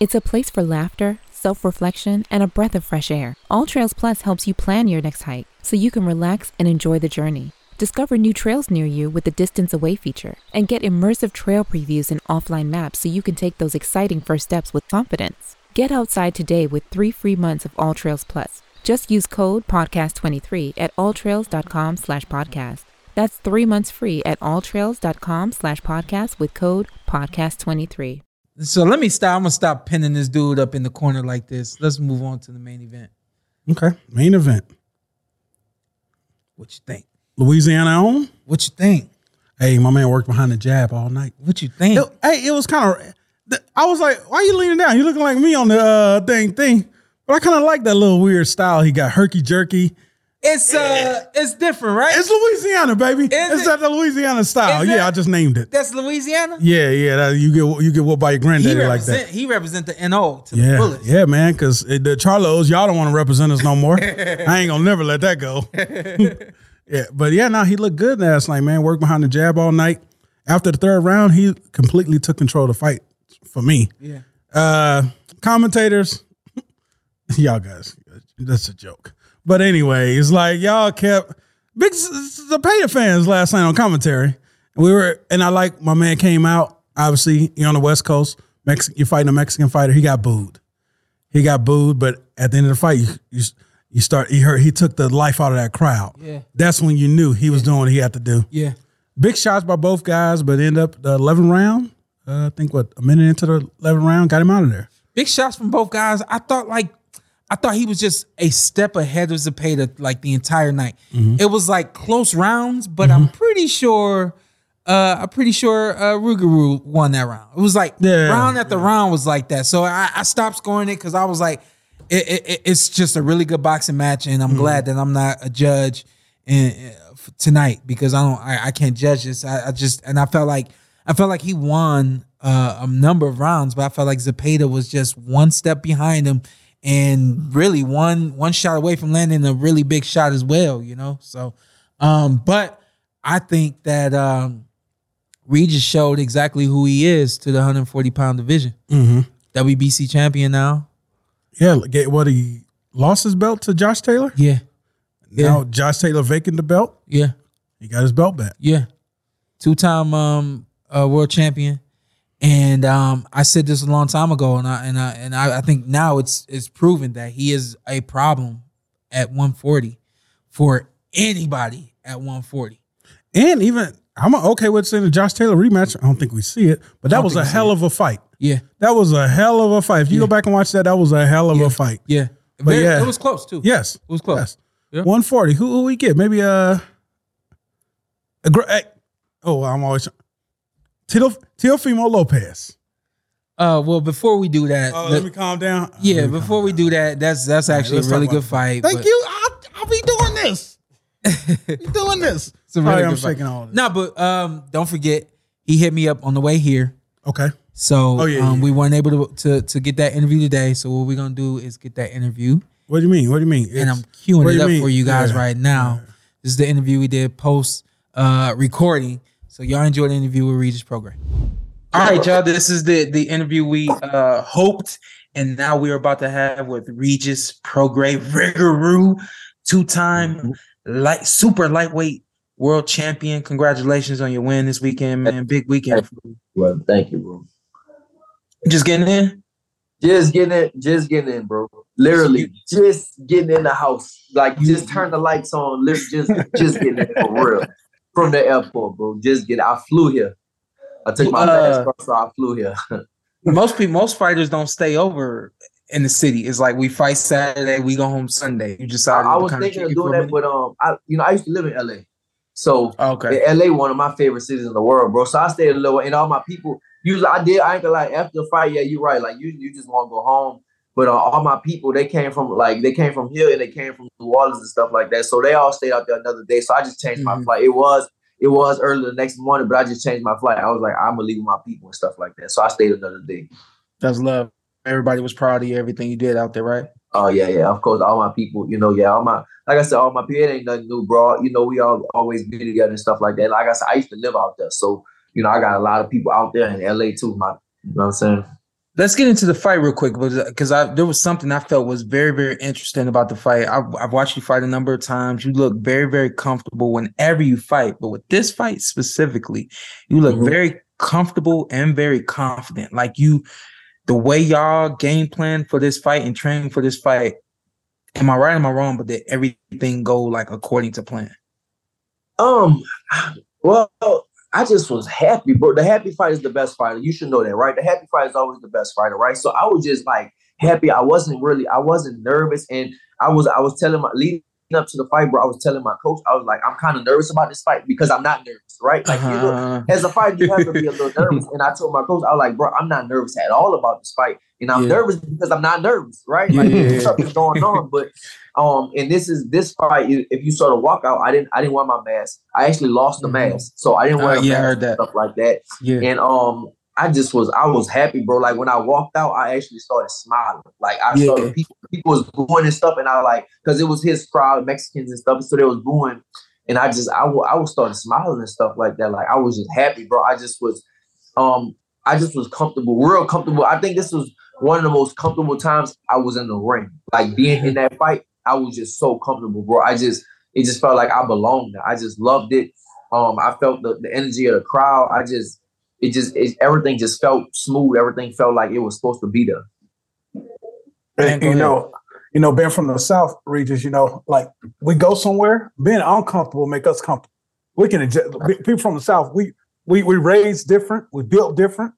It's a place for laughter, self reflection, and a breath of fresh air. All Trails Plus helps you plan your next hike so you can relax and enjoy the journey. Discover new trails near you with the Distance Away feature and get immersive trail previews and offline maps so you can take those exciting first steps with confidence. Get outside today with three free months of All Trails Plus. Just use code PODCAST23 at alltrails.com slash podcast. That's three months free at alltrails.com slash podcast with code PODCAST23. So let me stop. I'm gonna stop pinning this dude up in the corner like this. Let's move on to the main event. Okay. Main event. What you think? Louisiana on. What you think? Hey, my man worked behind the jab all night. What you think? It- hey, it was kind of. I was like, "Why you leaning down? You looking like me on the uh, thing thing." But I kind of like that little weird style he got, herky jerky. It's uh, it's different, right? It's Louisiana, baby. it's it? that the Louisiana style. Is Yeah, it? I just named it. That's Louisiana. Yeah, yeah. That, you get you get whooped by your He granddaddy like represent. that. he represent the no to the Yeah, fullest. yeah, man. Because the Charlos, y'all don't want to represent us no more. I ain't gonna never let that go. yeah, but yeah, no, he looked good last night, man. Worked behind the jab all night. After the third round, he completely took control of the fight for me. Yeah. Uh, commentators, y'all guys, that's a joke. But anyway, it's like y'all kept big the Peta fans last night on commentary. We were, and I like my man came out. Obviously, you're on the West Coast. Mex- you're fighting a Mexican fighter. He got booed. He got booed, but at the end of the fight, you you, you start. He heard he took the life out of that crowd. Yeah. that's when you knew he was doing what he had to do. Yeah. Big shots by both guys, but end up the 11th round. Uh, I think what a minute into the 11th round got him out of there. Big shots from both guys. I thought like I thought he was just a step ahead of Zapata like the entire night. Mm-hmm. It was like close rounds, but I'm pretty sure uh I'm pretty sure uh Rugeru won that round. It was like Yeah. round after round was like that. So I, I stopped scoring it because I was like, it, it- it- it's just a really good boxing match, and Mm-hmm. I'm glad that I'm not a judge in, uh, f- tonight because I don't I, I can't judge this. I, I just and I felt like I felt like he won uh, a number of rounds, but I felt like Zapata was just one step behind him and really one one shot away from landing a really big shot as well. You know, so um, but I think that um, Regis showed exactly who he is to the 140 pound division. WBC champion now. Mm-hmm. Yeah, get what he lost his belt to Josh Taylor. Yeah, Now Josh Taylor vacant the belt. yeah, He got his belt back. yeah. Two time um, uh, world champion. And um, I said this a long time ago, and I and I and I, I think now it's it's proven that he is a problem at 140 for anybody at 140. And even I'm okay with saying the Josh Taylor rematch. I don't think we see it, but that was a hell of a fight. Yeah, That was a hell of a fight. If you go back and watch that, that was a hell of a fight. yeah. But Very- yeah. it was close too. Yes, it was close. Yeah. 140. Who who we get? Maybe uh, a gr- eh, oh, I'm always Tito Teofimo Lopez. Uh, well, before we do that, Oh, let- let me calm down. yeah, before we do that, that's that's actually a let's talk really about good it. fight. Thank but- you. I'll, I'll be doing this. you doing this. It's a Sorry, really I'm good fight. shaking all this. No, but um, don't forget he hit me up on the way here, Okay. so Oh, yeah, um, yeah. we weren't able to, to to get that interview today. So what we're gonna do is get that interview, What do you mean? What do you mean? and It's- I'm queuing what it do up mean? for you guys Yeah. right now. This is the interview we did post uh recording. So y'all enjoy the interview with Regis Program. All right, y'all. This is the the interview we uh hoped, and now we're about to have with Regis Prograde Rigaroo, two time light super lightweight world champion. Congratulations on your win this weekend, man. Big weekend. for you. Well, thank you, bro. Just getting in. Just getting in, just getting in, bro. Literally, just getting in the house. Like, You- just turn the lights on. Let's just, just getting in for real. From the airport, bro. Just get. I flew here. I took my Uh, last bus, so I flew here. Most people, most fighters don't stay over in the city. It's like we fight Saturday, we go home Sunday. You just I, I was thinking of doing that, but um, I, you know, I used to live in LA, so Okay. And LA, one of my favorite cities in the world, bro. So I stayed a little, and all my people. Usually, I did. I ain't gonna lie. After the fight, yeah, you're right. Like you, you just want to go home. But uh, all my people, they came from like they came from here and they came from New Orleans and stuff like that. So they all stayed out there another day. So I just changed Mhm. my flight. It was it was early the next morning, but I just changed my flight. I was like, I'm gonna leave with my people and stuff like that. So I stayed another day. That's love. Everybody was proud of you, everything you did out there, right? Oh yeah, yeah. Of course, all my people. You know, yeah. All my like I said, all my people. It ain't nothing new, bro. You know, we all always be together and stuff like that. Like I said, I used to live out there, so you know, I got a lot of people out there in LA too. My, you know what I'm saying? Let's get into the fight real quick because I there was something I felt was very very interesting about the fight. I, I've watched you fight a number of times. You look very very comfortable whenever you fight, but with this fight specifically, you look Mhm. very comfortable and very confident. Like you, the way y'all game plan for this fight and train for this fight. Am I right? Am I wrong? But did everything go like according to plan? Um, well, I just was happy, bro. The happy fight is the best fighter. You should know that, right? The happy fight is always the best fighter, right? So I was just like happy. I wasn't really, I wasn't nervous, and I was, I was telling my leading up to the fight, bro, I was telling my coach, I was like, I'm kind of nervous about this fight because I'm not nervous, right? Like, you know, Uh-huh. as a fighter, you have to be a little nervous. And I told my coach, I was like, bro, I'm not nervous at all about this fight. And I'm Yeah. nervous because I'm not nervous, right? Like Yeah. there's something's going on. But um, and this is this fight, i- if you saw the walkout, I didn't I didn't wear my mask. I actually lost the Mhm. mask. So I didn't Oh, wear yeah, a I mask heard that. and stuff like that. Yeah. And um I just was I was happy, bro. Like when I walked out, I actually started smiling. Like I Yeah. started people people was booing and stuff, and I like because it was his crowd, Mexicans and stuff, so they was booing, and I just I wa- I was starting smiling and stuff like that. Like I was just happy, bro. I just was, um, I just was comfortable, real comfortable. I think this was one of the most comfortable times I was in the ring. Like being in that fight, I was just so comfortable, bro. I just it just felt like I belonged. there. I just loved it. Um, I felt the, the energy of the crowd. I just it just it, everything just felt smooth. Everything felt like it was supposed to be there. Man, And, go you ahead. know, you know, being from the South regions, you know, like we go somewhere, being uncomfortable make us comfortable. We can adjust. be- People from the South, we we we raised different, we built different.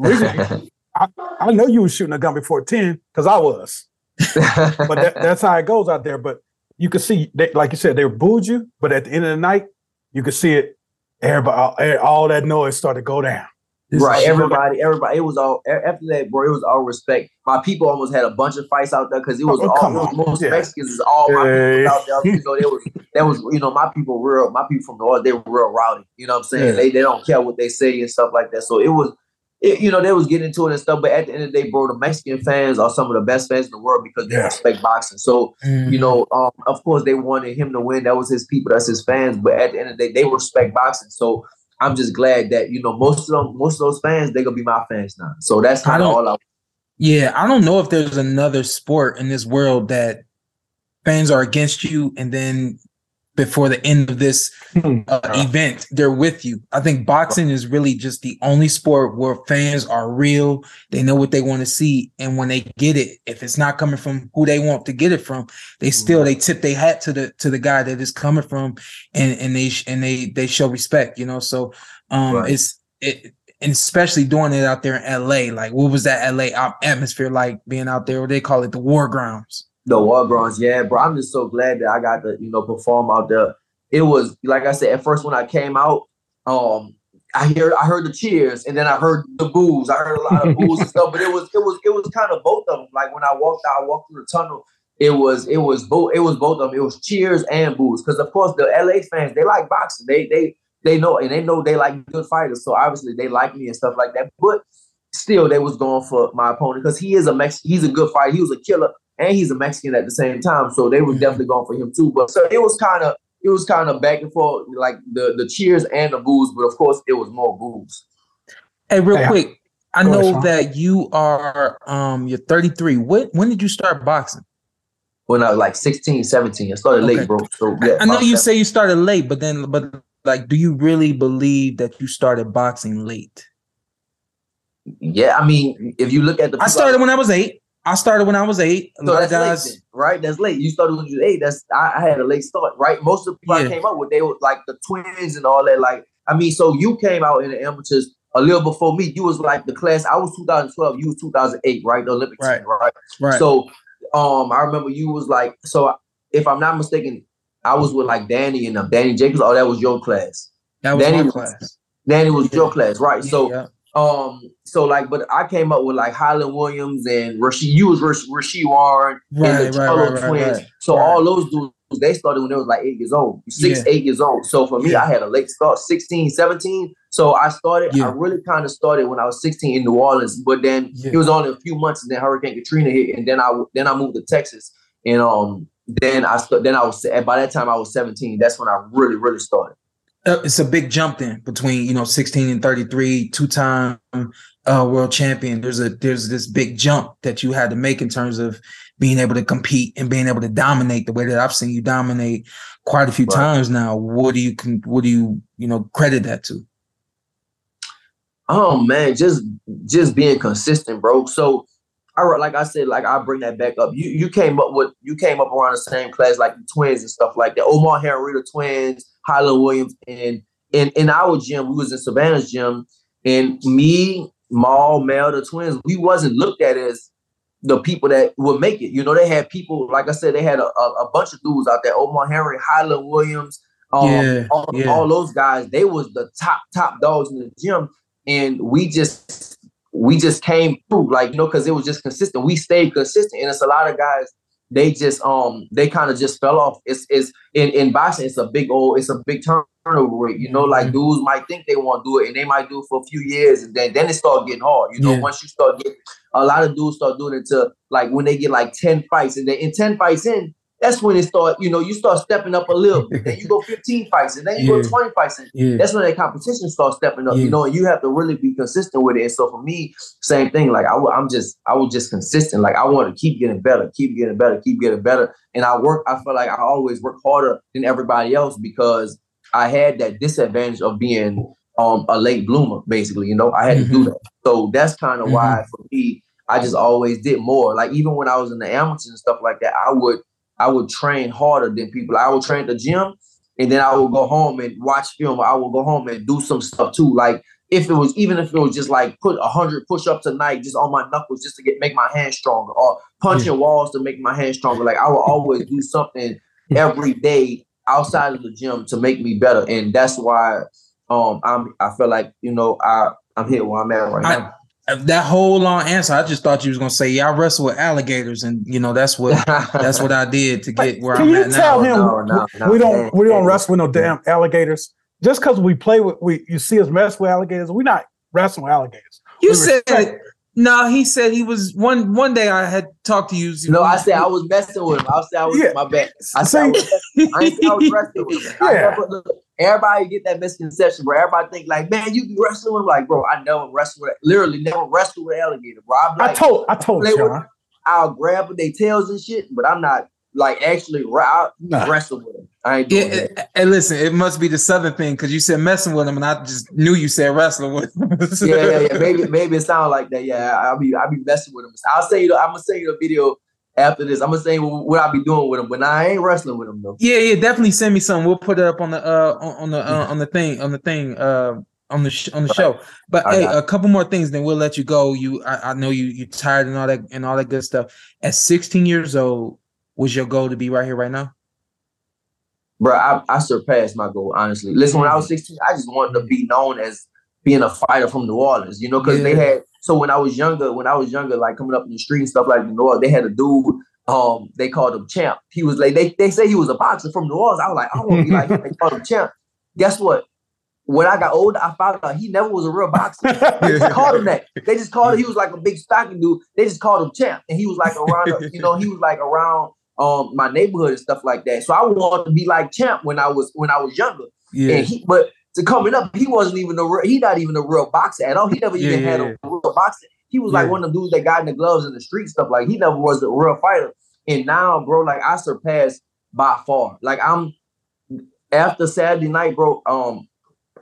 Originally, I, I know you were shooting a gun before ten because I was, but that, that's how it goes out there. But you could see, they, like you said, they booed you, but at the end of the night, you could see it. Everybody, all, eh, all that noise started to go down. Right, everybody, everybody. It was all a- after that, bro. It was all respect. My people almost had a bunch of fights out there because it was Oh, all come it was on. most Yeah. Mexicans is all my Hey. people out there. You know, they was that was you know my people real. My people from the north, they were real rowdy. You know what I'm saying? Yeah. They they don't care what they say and stuff like that. So it was, it, you know, they was getting into it and stuff. But at the end of the day, bro, the Mexican fans are some of the best fans in the world because they Yeah. respect boxing. So Mm-hmm. you know, um, of course they wanted him to win. That was his people, that's his fans. But at the end of the day, they respect boxing. So I'm just glad that, you know, most of them, most of those fans, they're gonna be my fans now. So that's I kind of don't- all I Yeah, I don't know if there's another sport in this world that fans are against you, and then before the end of this Hmm. uh, event, they're with you. I think boxing is really just the only sport where fans are real. They know what they want to see, and when they get it, if it's not coming from who they want to get it from, they still they tip their hat to the to the guy that it's coming from, and and they sh- and they they show respect, you know. So um, Right. it's it. And especially doing it out there in LA, like what was that LA op- atmosphere like being out there? What they call it, the war grounds. The War Bronze, yeah, bro. I'm just so glad that I got to, you know, perform out there. It was like I said, at first when I came out, um, I hear I heard the cheers and then I heard the boos. I heard a lot of boos and stuff, but it was it was it was kind of both of them. Like when I walked out, I walked through the tunnel. It was it was both it was both of them. It was cheers and boos. Cause of course the LA fans, they like boxing. They they they know and they know they like good fighters. So obviously they like me and stuff like that. But still they was going for my opponent because he is a Mex he's a good fighter, he was a killer and he's a Mexican at the same time, so they Mm-hmm. was definitely going for him too. But so it was kind of it was kind of back and forth, like the the cheers and the boos, but of course it was more boos. Hey, real Hey, I- quick, I Go ahead, know Sean. that you are um you're 33. What when did you start boxing? When I was like 16, 17, I started Okay. late, bro. So I- yeah, I know about you that. say you started late, but then but like do you really believe that you started boxing late? yeah. I mean, if you look at the I people- started when I was 8. I started when I was 8. A So lot of that's guys late, then, right? That's late. You started when you was eight. That's I, I had a late start, right? Most of the people Yeah. I came up with, they were like the twins and all that. Like, I mean, so you came out in the amateurs a little before me. You was like the class. I was 2012. You was 2008, right? The Olympic team, Right. right? right. So um I remember you was like so if I'm not mistaken, I was with like Danny and them. Danny Jacobs, oh that was your class. that was Danny my was- class. Danny was Yeah. your class, right? so Yeah, um so like but I came up with like Highland Williams and Rasheed you was Rash- Rasheed Warren Right, and the right, Charlo right, right, twins. right. So Right. all those dudes they started when they was like eight years old, six, Yeah. eight years old. So for me, I had a late start, 16, 17. So I started, I Yeah. really kind of started when I was 16 in New Orleans, but then Yeah. it was only a few months and then Hurricane Katrina hit. And then I then I moved to Texas. And um then I st- then I was by that time I was 17. That's when I really, really started. Uh, It's a big jump then between, you know, 16 and 33, two-time uh world champion. There's a there's this big jump that you had to make in terms of being able to compete and being able to dominate the way that I've seen you dominate quite a few Right. times now. What do you con- what do you, you know, credit that to? Oh man, just just being consistent, bro. So, I re- like I said, like I bring that back up. You you came up with you came up around the same class, like the twins and stuff like that. Omar Henry, the twins, Highland Williams, and in in our gym, we was in Savannah's gym, and me, Maul, Mel, the twins, we wasn't looked at as the people that would make it. You know, they had people, like I said, they had a, a, a bunch of dudes out there. Omar Henry, Highland Williams, um, Yeah, all, yeah. all those guys, they was the top, top dogs in the gym. And we just we just came through, like, you know, because it was just consistent. We stayed consistent. And it's a lot of guys, they just um they kind of just fell off. It's it's in, in boxing, it's a big old, it's a big turn turnover rate. You know, like Mm-hmm. dudes might think they want to do it and they might do it for a few years and then then it start getting hard. You know, Yeah. once you start getting a lot of dudes start doing it to like when they get like 10 fights and then in 10 fights in, that's when it start, you know, you start stepping up a little bit. Then you go 15 fights and then you Yeah. go 20 fights and Yeah. that's when that competition starts stepping up, Yeah. you know, and you have to really be consistent with it. And so for me, same thing. Like I, am just, I was just consistent. Like I want to keep getting better, keep getting better, keep getting better. And I work, I feel like I always work harder than everybody else because I had that disadvantage of being um, a late bloomer, basically. You know, I had Mm-hmm. to do that. So that's kind of why for me, I just always did more. Like even when I was in the amateurs and stuff like that, I would, I would train harder than people. I would train at the gym and then I will go home and watch film. I will go home and do some stuff too. Like if it was even if it was just like put a hundred push ups a night just on my knuckles just to get make my hand stronger or punching walls to make my hand stronger. Like I will always do something every day outside of the gym to make me better. And that's why um I'm I feel like, you know, I I'm here where I'm at right I- now. That whole long answer, I just thought you was gonna say, "Yeah, I wrestle with alligators," and you know that's what that's what I did to get where Can I'm you at tell now. him no, no, no. we don't we don't Hey, wrestle with no damn alligators? Just because we play with we you see us mess with alligators, we're not wrestling with alligators. You We said respect- no. He said he was one. One day I had talked to you. No, I said I was messing with him. I said I was Yeah. my bad. I said I was I ain't say I was wrestling with him. I Yeah. never- look, everybody get that misconception, bro. Everybody think like, man, you be wrestling with him. Like, bro, I never wrestled with literally never wrestled with an alligator, bro. I'm I like, told I told play with- John. I'll grab their tails and shit, but I'm not like actually ra- I wrestle with him. I ain't doing that. and listen, it must be the southern thing because you said messing with him, and I just knew you said wrestling with him. Yeah, yeah, yeah. Maybe maybe it sound like that. Yeah, I'll be I'll be messing with him. I'll say you. I'm gonna send you a video after this. I'm gonna say what what I be doing with him, but nah, I ain't wrestling with him though. Yeah, yeah, definitely send me some. We'll put it up on the uh on, on the uh, on the thing on the thing uh on the sh- on the show. But I hey, got a couple more things, then we'll let you go. You, I, I know you you tired and all that and all that good stuff. At 16 years old, was your goal to be right here right now? bro, I, I surpassed my goal, honestly. Listen, when I was 16, I just wanted to be known as being a fighter from New Orleans, you know, because they Yeah. had so when I was younger, when I was younger, like coming up in the street and stuff like New Orleans, they had a dude, um, they called him champ. He was like, they they say he was a boxer from New Orleans. I was like, I want to be like him. They called him champ. Guess what? When I got older, I found out he never was a real boxer. They just called him that. They just called him. He was like a big stocking dude. They just called him champ, and he was like around. You know, he was like around um my neighborhood and stuff like that. So I wanted to be like champ when I was when I was younger. Yeah, And he, but to coming up, he wasn't even a real, he not even a real boxer at all. He never Yeah, even yeah, had yeah. a real boxer. He was like Yeah. one of the dudes that got in the gloves in the street stuff. Like he never was a real fighter. And now, bro, like I surpassed by far. Like I'm after Saturday night, bro. Um,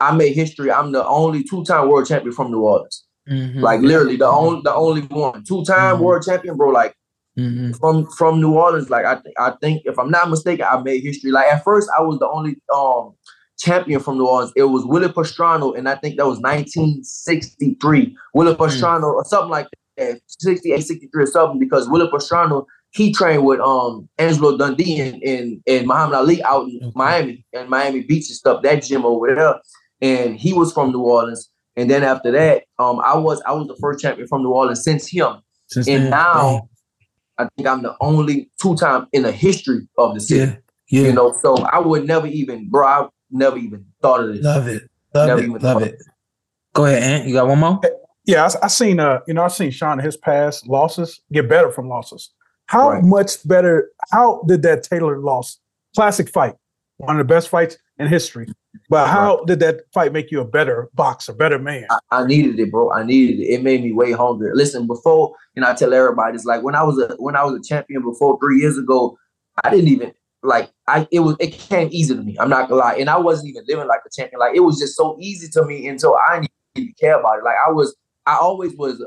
I made history. I'm the only two time world champion from New Orleans. Mhm, Like literally the only the only one two time Mhm. world champion, bro. Like mhm. from from New Orleans. Like I th- I think if I'm not mistaken, I made history. Like at first, I was the only um champion from New Orleans. It was Willie Pastrano, and I think that was 1963. Willie Pastrano or something like that, 68, 63 or something, because Willie Pastrano he trained with um Angelo Dundee and and, and Muhammad Ali out in Okay. Miami and Miami Beach and stuff. That gym over there, and he was from New Orleans. And then after that, um, I was I was the first champion from New Orleans since him. Since And then, now I think I'm the only two time in the history of the city. yeah, yeah, You know, so I would never even, bro, I never even thought of this. love it, love Never it, even love thought. it. Go ahead, Ant. You got one more? Yeah, I, I seen uh, you know, I seen Sean in his past losses get better from losses. How Right. much better? How did that Taylor loss classic fight, one of the best fights in history? But how did that fight make you a better boxer, better man? I, I needed it, bro. I needed it. It made me way hungrier. Listen, before, and I tell everybody, it's like when I was a when I was a champion before three years ago, I didn't even like I it was it came easy to me. I'm not gonna lie, and I wasn't even living like a champion. Like it was just so easy to me until I didn't even care about it. Like I was, I always was.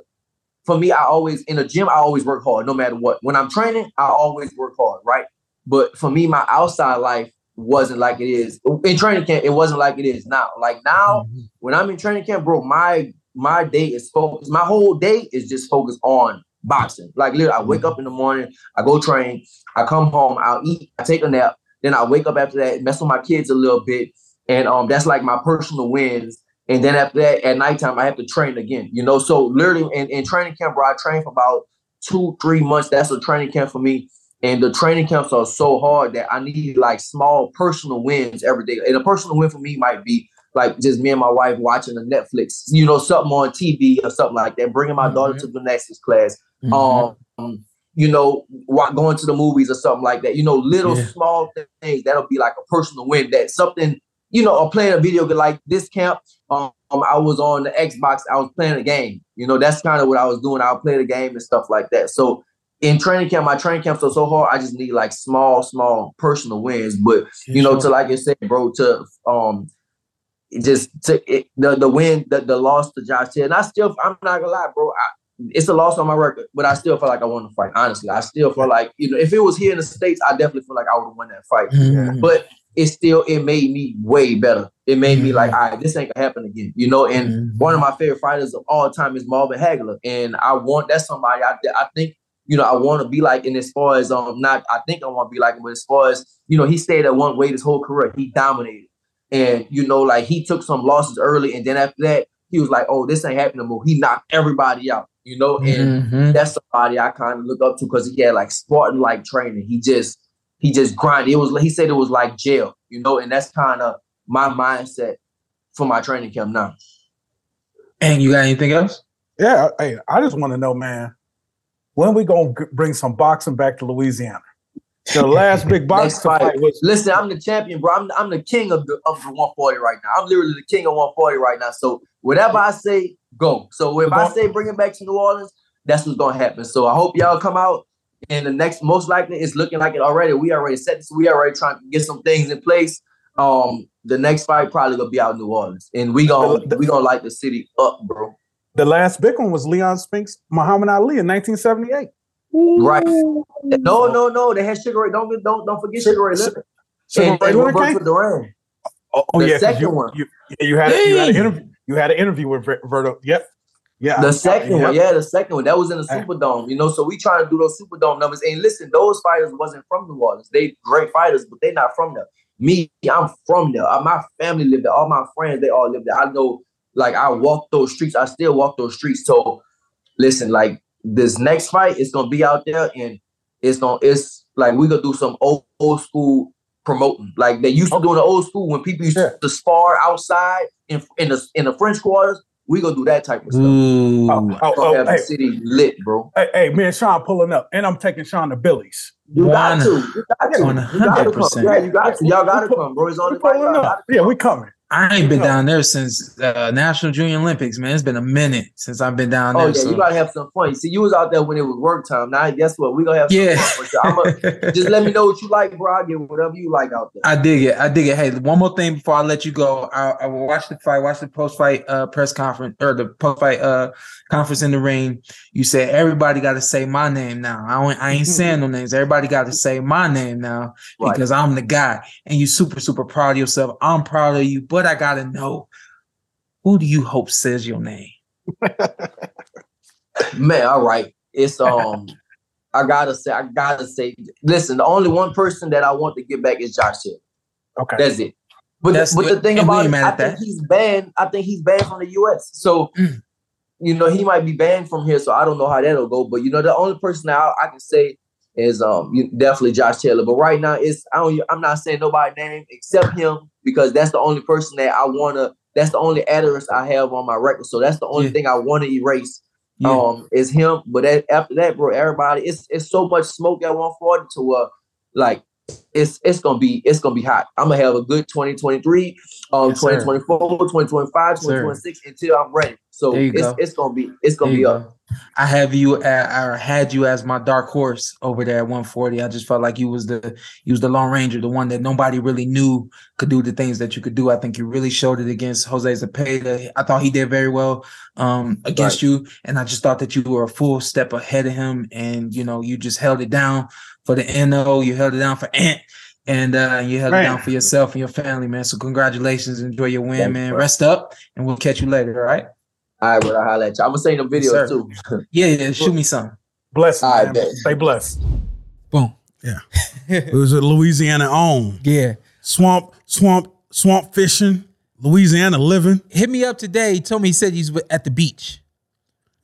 For me, I always in the gym. I always work hard, no matter what. When I'm training, I always work hard, right? But for me, my outside life wasn't like it is in training camp. It wasn't like it is now. Like now, when I'm in training camp, bro, my my day is focused. My whole day is just focused on boxing. Like literally, I wake up in the morning, I go train, I come home, I'll eat, I take a nap, then I wake up after that, mess with my kids a little bit, and um, that's like my personal wins. And then after that, at nighttime, I have to train again. You know, so literally in, in training camp, bro, I trained for about two, three months. That's a training camp for me. And the training camps are so hard that I need like small personal wins every day. And a personal win for me might be like just me and my wife watching the Netflix, you know, something on TV or something like that, bringing my daughter to gymnastics class, Mm-hmm. um, you know, wa- going to the movies or something like that. You know, little Yeah. small things that'll be like a personal win. That something, you know, or playing a video game like this camp. Um, I was on the Xbox. I was playing a game. You know, that's kind of what I was doing. I would play the game and stuff like that. So in training camp, my training camps are so hard. I just need like small, small personal wins. But you know, to like I said, bro, to um it just to it, the the win, the, the loss to Josh Hill. And I still I'm not gonna lie, bro. I, it's a loss on my record, but I still feel like I won the fight. Honestly, I still feel like you know, if it was here in the states, I definitely feel like I would have won that fight. Mhm. But it still it made me way better. It made me like, all right, this ain't gonna happen again, you know. And one of my favorite fighters of all time is Marvin Hagler, and I want that's somebody I I think you know I want to be like. And as far as um, not I think I want to be like, him, but as far as you know, he stayed at one weight his whole career. He dominated, and you know, like he took some losses early, and then after that, he was like, oh, this ain't happening more. He knocked everybody out, you know, and Mhm. that's somebody I kind of look up to because he had like Spartan like training. He just he just grinded. It was he said it was like jail, you know, and that's kind of my mindset for my training camp now. And you got anything else? Yeah, hey, I just want to know, man, when we gonna g- bring some boxing back to Louisiana? The last big boxing Next fight. fight. was Listen, I'm the champion, bro. I'm I'm the king of the of the 140 right now. I'm literally the king of 140 right now. So whatever I say, go. So if I say bring it back to New Orleans, that's what's gonna happen. So I hope y'all come out. And the next most likely it's looking like it already. We already set this. We already trying to get some things in place. Um, the next fight probably gonna be out in New Orleans, and we gonna we gonna light the city up, bro. the last big one was Leon Spinks, Muhammad Ali in 1978. Right? No, no, no. They had Sugar Ray. Don't get- don't don't forget Su- Sugar Ray Su- Leonard Sugar and, Ray and Leonard Roberto came? Duran. Oh, oh The yeah, 'cause second you, one. You, yeah, you had you had an Dang. interview. You had an interview with Ver- Verto. Yep. Yeah. The second one, Yep. yeah, the second one. That was in the Hey. Superdome, you know. So we trying to do those Superdome numbers. And listen, those fighters wasn't from New Orleans. They great fighters, but they not from there. Me, I'm from there. Uh, My family lived there. All my friends, they all lived there. I know, like I walk those streets. I still walk those streets. So listen, like this next fight is gonna be out there, and it's gonna it's like we gonna do some old, old school promoting. Like they used to do in the old school when people used Yeah. to spar outside in in the in the French quarters. We gonna do that type of stuff. Ooh. Oh, oh, Oh, oh, have hey, the city lit, bro. hey, hey, me and Sean pulling up, and I'm taking Sean to Billy's. You got One- to. You got to. one You got to hundred come. percent. Yeah, you got to. Y'all got We to come, bro. It's We only right. pulling Y'all gotta up. Yeah, we coming. I ain't been Yeah. down there since uh, National Junior Olympics, man. It's been a minute since I've been down there. Oh yeah, so- you gotta have some fun. See, you was out there when it was work time. Now, guess what? We gonna have some Yeah. fun. But I'm going just let me know what you like, bro. I'll get whatever you like out there. I dig it. I dig it. Hey, one more thing before I let you go. I, I watched the fight, watched the post fight uh, press conference or the post fight uh, conference in the ring. You said everybody got to say my name now. I, ain't- I ain't saying no names. Everybody got to say my name now Right. because I'm the guy. And you super super proud of yourself. I'm proud of you, but I gotta know who do you hope says your name. Man, all right. It's um, I gotta say, I gotta say. Listen, the only one person that I want to get back is Josh Hill. Okay. That's it. But That's the, but the what- thing and we about ain't it, mad I at think that. he's banned. I think he's banned from the U.S. So Mm. you know he might be banned from here. So I don't know how that'll go. But you know the only person that I, I can say is um you- definitely Josh Taylor. But right now it's I don't I'm not saying nobody's name except him because that's the only person that I wanna. That's the only address I have on my record. So that's the only Yeah. thing I want to erase Yeah. um is him. But that, after that, bro, everybody, it's it's so much smoke at 140 to uh like it's it's gonna be it's gonna be hot. I'm gonna have a good 2023, um, Yes, sir. 2024, 2025, Yes, sir. 2026 until I'm ready. So There you it's go. it's gonna be it's gonna There be you up. go. I have you at, or had you as my dark horse over there at 140. I just felt like you was the you was the long ranger, the one that nobody really knew could do the things that you could do. I think you really showed it against Jose Zapata. I thought he did very well um, against you, and I just thought that you were a full step ahead of him, and you know you just held it down for the NO, you held it down for Ant. And uh, you held Man. it down for yourself and your family, man. So congratulations, enjoy your win, Thanks, man. bro. Rest up, and we'll catch you later. All right? All right, but I'll holler at you. I'm gonna send you the Yes, videos sir. too. Yeah, yeah. Shoot me some. Bless. I man. bet. Stay blessed. Boom. Yeah. it was a Louisiana own. Yeah. Swamp, swamp, swamp fishing, Louisiana living. Hit me up today. He told me he said he's w- at the beach.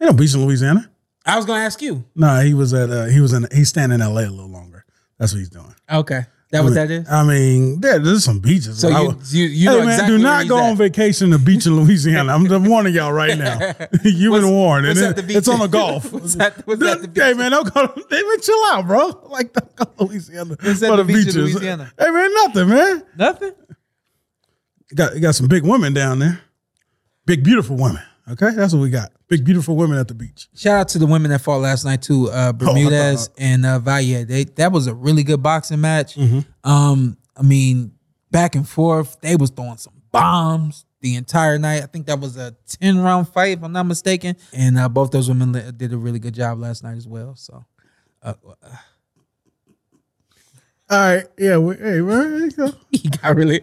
Ain't no beach in Louisiana. I was gonna ask you. No, he was at uh he was in he's staying in LA a little longer. That's what he's doing. Okay. That was that is. I mean, there, there's some beaches. So I you would- you, you know hey man, exactly do where not he's go at. on vacation to beach in Louisiana. I'm just warning y'all right now. You've What's- been warned. what's And at it- the beach? It's on the golf. What's at- what's at the beach? Hey man, don't go. Hey man, chill out, bro. Like don't go to Louisiana What's at for the beach in beaches. Louisiana? Hey man, nothing, man. Nothing. You got you got some big women down there. Big beautiful women. Okay, that's what we got. Big beautiful women at the beach. Shout out to the women that fought last night too, Oh, uh, Bermudez and uh, Valle. They that was a really good boxing match. Mm-hmm. Um, I mean, back and forth, they was throwing some bombs the entire night. I think that was a ten round fight, if I'm not mistaken. And uh, both those women li- did a really good job last night as well. So All right, yeah. We, hey man, there you go. he got really.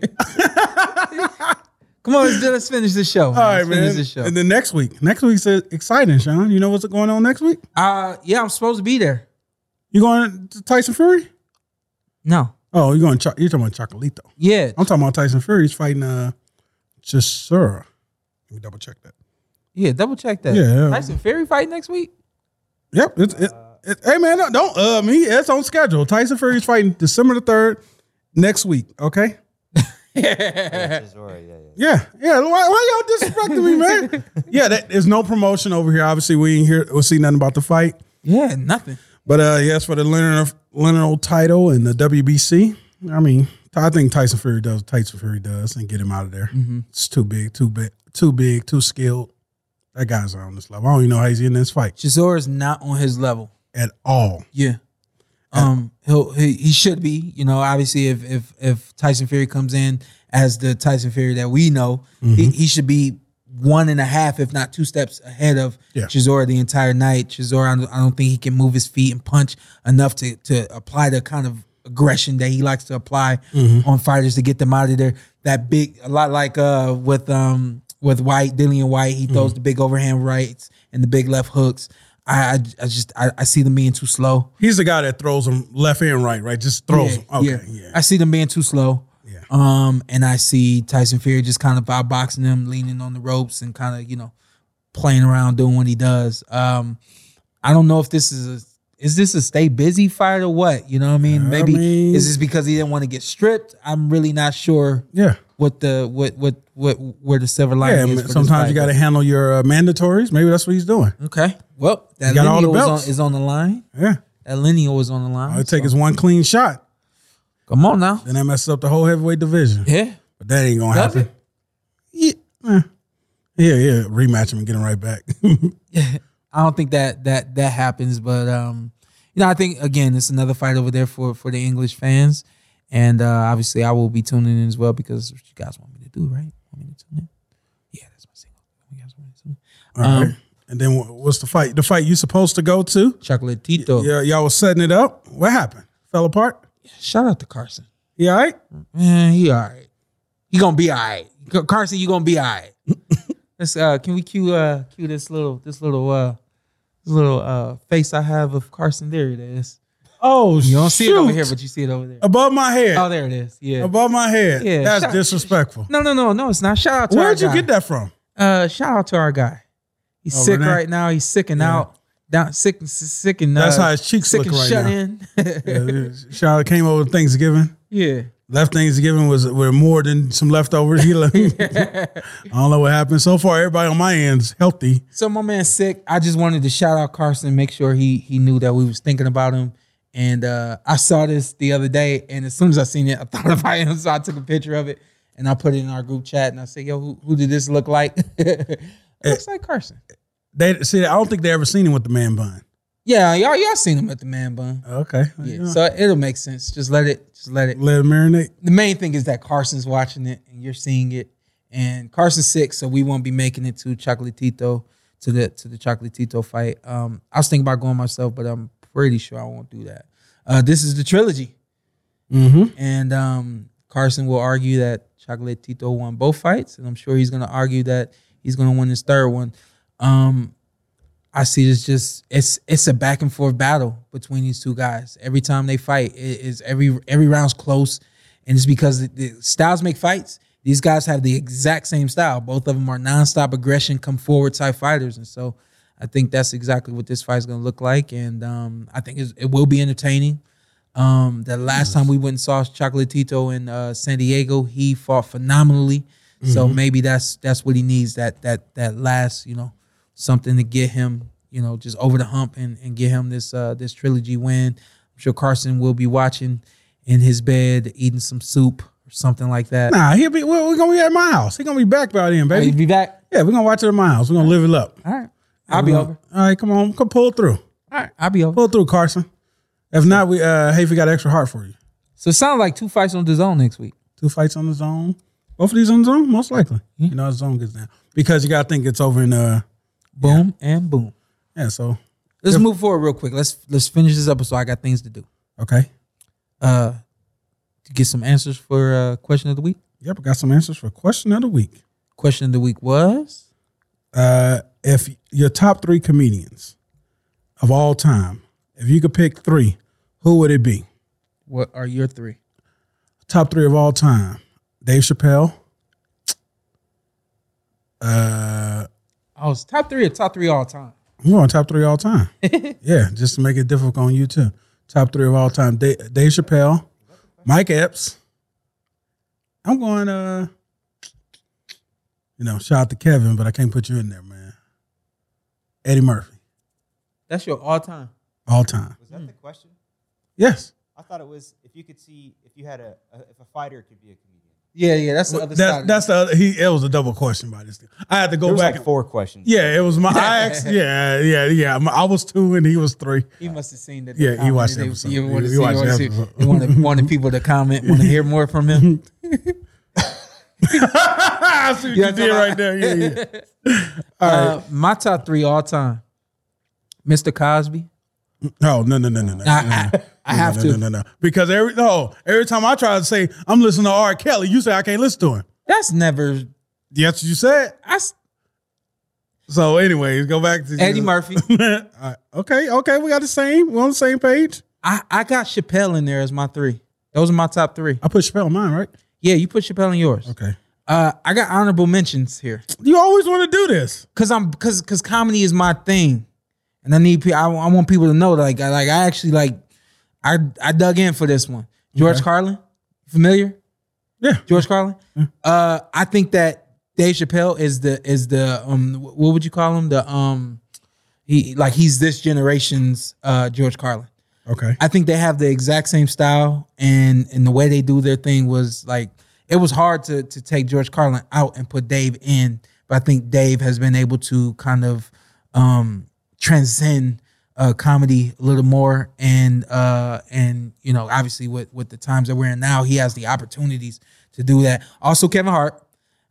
Come on, let's, let's finish the show. All right, let's finish man. the show. And then next week, next week's uh, exciting, Sean. You know what's going on next week? Uh, yeah, I'm supposed to be there. You going to Tyson Fury? No, Oh, you going? Cho- you're talking about Chocolito. yeah, I'm talking about Tyson Fury. He's fighting uh, just Let me double check that. yeah. Double check that. Yeah. Tyson Fury fight next week. Yep. It's, it, it, hey man, no, don't uh me. It's on schedule. Tyson Fury's fighting December the third next week. Okay. Yeah, yeah. Why, why y'all disrespecting me, man? yeah, that, there's no promotion over here. Obviously, we ain't here. We'll see nothing about the fight. Yeah, nothing. But uh yes, for the Leonard Leonard title and the WBC. I mean, I think Tyson Fury does. what Tyson Fury does, and get him out of there. It's too big, too big, too big, too skilled. That guy's on this level. I don't even know how he's in this fight Chisora is not on his level. at all. Yeah. Um, he'll he, he should be. You know, obviously, if if if Tyson Fury comes in as the Tyson Fury that we know, he, he should be one and a half, if not two steps ahead of Yeah. Chisora the entire night. Chisora, I don't, I don't think he can move his feet and punch enough to to apply the kind of aggression that he likes to apply on fighters to get them out of there. That big, a lot like uh with um with White, Dillian White, he throws the big overhand rights and the big left hooks. I I, I just I, I see them being too slow. He's the guy that throws him left and right, right? Just throws him. Okay, yeah. I see them being too slow. Yeah. Um, and I see Tyson Fury just kind of outboxing them, leaning on the ropes, and kind of you know playing around, doing what he does. Um, I don't know if this is a is this a stay busy fight or what? You know what I mean? Maybe mean- is this because he didn't want to get stripped? I'm really not sure. Yeah. What the what what what where the silver Yeah, lining is? for this sometimes you fight. got to handle your uh, mandatories. Maybe that's what he's doing. okay. Well, that got all the lineal is belts. on, is on the line. Yeah, That lineal is on the line. all it takes so- is one clean shot, Come on now. then that messes up the whole heavyweight division. Yeah. But that ain't gonna Does happen. Yeah, eh. yeah, yeah. Rematch him and get him right back. I don't think that that that happens, but um, you know, I think again, it's another fight over there for for the English fans, and uh, obviously, I will be tuning in as well because what you guys want me to do, right? Want me to tune in? Yeah, that's my single. You guys want me to tune in? All Um, right. And then wha- what's the fight? The fight you supposed to go to? Chocolatito. Yeah, y'all was setting it up. What happened? Fell apart. Shout out to Carson. Yeah, all right. Man, he all right. He gonna be all right. Ca- Carson, you gonna be all right. Let's uh, can we cue uh cue this little this little uh this little uh face I have of Carson? There it is. Oh, You don't see it over here, but you see it over there. above my head. Oh, there it is. Yeah. Above my head. Yeah, that's shout- disrespectful. No, no, no, no. It's not. Shout out to Where'd our you guy. get that from? Uh, shout out to our guy. He's Oh, sick Renee? right now. He's sicking Yeah. out. Down, sick, and- sick and. Uh, That's how his cheeks sick look and right shut now. in. Charlotte came over to Thanksgiving. yeah. Left Thanksgiving was were more than some leftovers. He left. I don't know what happened. So far, everybody on my end's healthy. So my man's sick. I just wanted to shout out Carson, make sure he he knew that we was thinking about him. And uh, I saw this the other day, and as soon as I seen it, I thought about him, so I took a picture of it and I put it in our group chat. And I said, "Yo, who, who did this look like? it Eh. looks like Carson." They see. I don't think they ever seen him with the man bun. Yeah, y'all y'all seen him at the man bun. Okay. Yeah, so it'll make sense. Just let it. Just let it. Let him marinate. The main thing is that Carson's watching it and you're seeing it, and Carson's sick, so we won't be making it to Chocolatito to the to the Chocolatito fight. Um, I was thinking about going myself, but I'm pretty sure I won't do that. Uh, this is the trilogy, Mm-hmm. and um, Carson will argue that Chocolatito won both fights, and I'm sure he's going to argue that he's going to win his third one. Um, I see it's just it's it's a back and forth battle between these two guys. Every time they fight, it is every every round's close, and it's because the, the styles make fights. These guys have the exact same style. Both of them are nonstop aggression, come forward type fighters, and so I think that's exactly what this fight's going to look like. And um, I think it's, it will be entertaining. Um, the last time we went and saw Chocolatito in uh, San Diego, he fought phenomenally. So Mm-hmm. maybe that's that's what he needs that that that last you know something to get him you know just over the hump and, and get him this uh, this trilogy win. I'm sure Carson will be watching in his bed eating some soup or something like that. Nah, he'll be. We're, we're gonna be at my house. He's gonna be back by then, He'll baby. be back. Yeah, we're gonna watch it at my house. We're gonna live it up. All right, I'll be over. All right, come on, come pull through. All right, I'll be over. Pull through, Carson. If not, we uh, hey, if we got extra heart for you. So it sounds like two fights on the zone next week. Two fights on the zone. Both of these on the zone, most likely. You know, the zone gets down because you gotta think it's over in uh, Boom and boom. yeah. So Let's move forward real quick. Let's let's finish this episode. I got things to do. okay. Uh, to get some answers for uh, question of the week. Yep, I got some answers for question of the week. Question of the week was Uh, if your top three comedians of all time, if you could pick three, who would it be? what are your three? top three of all time: Dave Chappelle, uh, I was top three or top three all time. I'm going top three all time. yeah, just to make it difficult on you too. Top three of all time: Da- Dave Chappelle, Mike Epps. I'm going. Uh, you know, shout out to Kevin, but I can't put you in there, man. Eddie Murphy, That's your all time. all time. Was that the question? Yes, I thought it was if you could see if you had a, a if a fighter could be a comedian. Yeah, yeah. That's the other that's side. that's the other, he. It was a double question by this. Thing. I had to go There was back. like and- four questions. Yeah, it was my. I asked, yeah, yeah, yeah. My- I was two and he was three. he must have seen that. Yeah, he comment. watched They- the episode. You want He- to he see? watched Want the to see? episode. You wanted, wanted people to comment. Want to hear more from him? I see what Yeah, you did I- right there. Yeah, yeah. Uh, my top three all time. Mr. Cosby. No, no, no, no, no, no. I- no, no, I- I no, have no, to. No, no, no. Because every no, every time I try to say I'm listening to R. Kelly, you say I can't listen to him. That's never. That's what you said. I, s- So, anyways, go back to Eddie Murphy. All right. Okay, okay, we got the same. We're on the same page. I, I got Chappelle in there as my three. Those are my top three. I put Chappelle on mine, right? Yeah, you put Chappelle in yours. Okay. Uh, I got honorable mentions here You always want to do this. because I'm because because comedy is my thing, and I need pe- I, I want people to know like I, like I actually like I I dug in for this one. George Carlin, familiar? Yeah. George Carlin. Uh, I think that Dave Chappelle is the is the um wh- what would you call him the um he like he's this generation's uh George Carlin. Okay. I think they have the exact same style and and the way they do their thing was like it was hard to to take George Carlin out and put Dave in, but I think Dave has been able to kind of um transcend uh comedy a little more and uh and you know obviously with with the times that we're in now he has the opportunities to do that. Also Kevin Hart.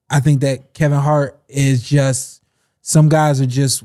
I think that Kevin Hart is just some guys are just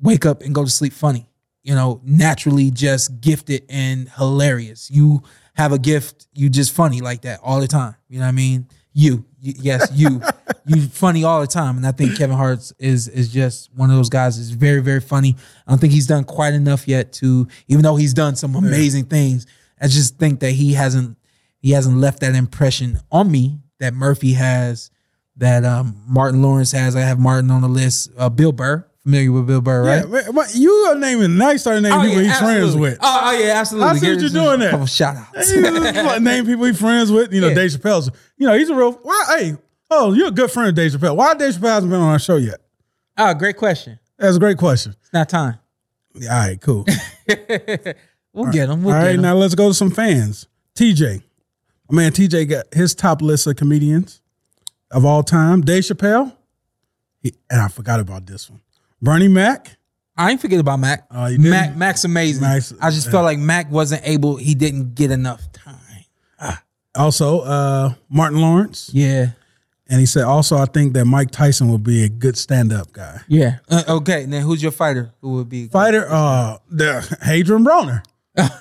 wake up and go to sleep funny. You know, naturally just gifted and hilarious. You have a gift, you just funny like that all the time. You know what I mean? You, Y- yes, you, you funny all the time. And I think Kevin Hart is is just one of those guys. is very very funny. I don't think he's done quite enough yet to, even though he's done some amazing things. I just think that he hasn't he hasn't left that impression on me that Murphy has, that um, Martin Lawrence has. I have Martin on the list. Uh, Bill Burr, familiar with Bill Burr, right? Yeah, but- but you are naming. Now you started naming people he's friends Oh, absolutely. with. Oh, oh, yeah, absolutely. I see what Give you're us doing a there. Couple shout outs. Hey, this is like name people he friends with. You know, Yeah. Dave Chappelle's. You know, he's a real. Why? Hey, oh, you're a good friend of Dave Chappelle. Why Dave Chappelle hasn't been on our show yet? oh, great question. That's a great question. It's not time. Yeah, all right, cool. We'll get him. all We'll right, get him. now let's go to some fans. TJ, my man, TJ got his top list of comedians of all time. Dave Chappelle, he, and I forgot about this one. Bernie Mac. I ain't forget about Mac. Oh, you didn't? Mac Mac's amazing. Mac's- I just felt like Mac wasn't able. He didn't get enough time. Also, uh, Martin Lawrence, Yeah. and he said also I think that Mike Tyson would be a good stand-up guy. Yeah. Uh, okay. Now, who's your fighter? Who would be fighter, uh, the Hadrian Broner.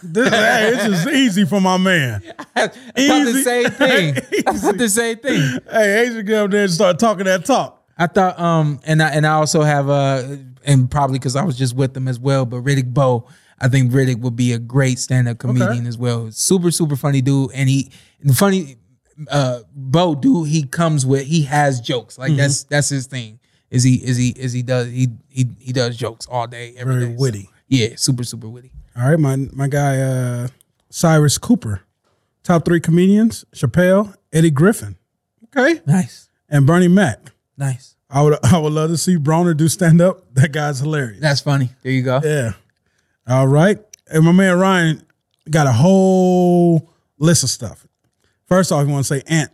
this, hey, it's just easy for my man. I thought the Easy. same thing. I thought the same thing. Hey, Hadrian, get up there and start talking that talk. I thought um and I and I also have uh and probably because I was just with them as well. But Riddick Bowe, I think Riddick would be a great stand-up comedian as well. Super, super funny dude, and he and funny. Uh, Bo dude, he comes with he has jokes Mm-hmm. like that's that's his thing. Is he is he is he does he he he does jokes all day every day. Very So, witty. yeah, super super witty. All right, my my guy uh, Cyrus Cooper, top three comedians: Chappelle, Eddie Griffin, okay, Nice, and Bernie Mac. nice. I would I would love to see Broner do stand up. That guy's hilarious. That's funny. There you go. Yeah. All right. And my man Ryan got a whole list of stuff. First off, you want to say, Ant,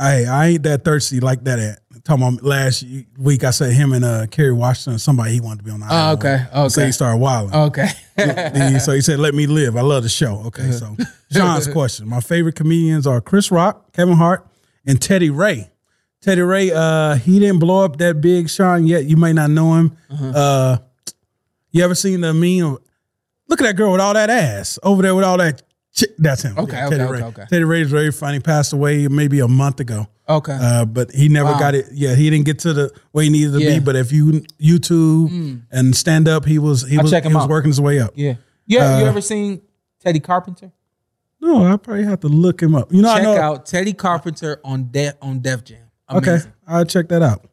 hey, I ain't that thirsty like that Ant. Talking about last week, I said him and uh, Kerry Washington, somebody he wanted to be on the Oh, island okay. with. So Okay. Oh, he started wilding. Okay. He- so he said, "Let me live. I love the show." Okay, so John's question: My favorite comedians are Chris Rock, Kevin Hart, and Teddy Ray. Teddy Ray, uh, he didn't blow up that big, Sean. Yet you may not know him. Uh-huh. Uh, you ever seen the meme? of- Look at that girl with all that ass over there with all that. Chi- that's him. Okay, okay, Teddy okay, Ray. okay. Teddy Ray is very funny. Passed away maybe a month ago. Okay. Uh, but he never Uh-huh. Wow. got it. Yeah, he didn't get to the where he needed to Yeah. Mm. be. But if you YouTube and stand up, he was he I'll was, check him he was out. working his way up. yeah. Yeah. you Uh, ever seen Teddy Carpenter? No, I probably have to look him up. You know, I Check know. out Teddy Carpenter on Def on Def Jam. okay, Amazing. I'll check that out.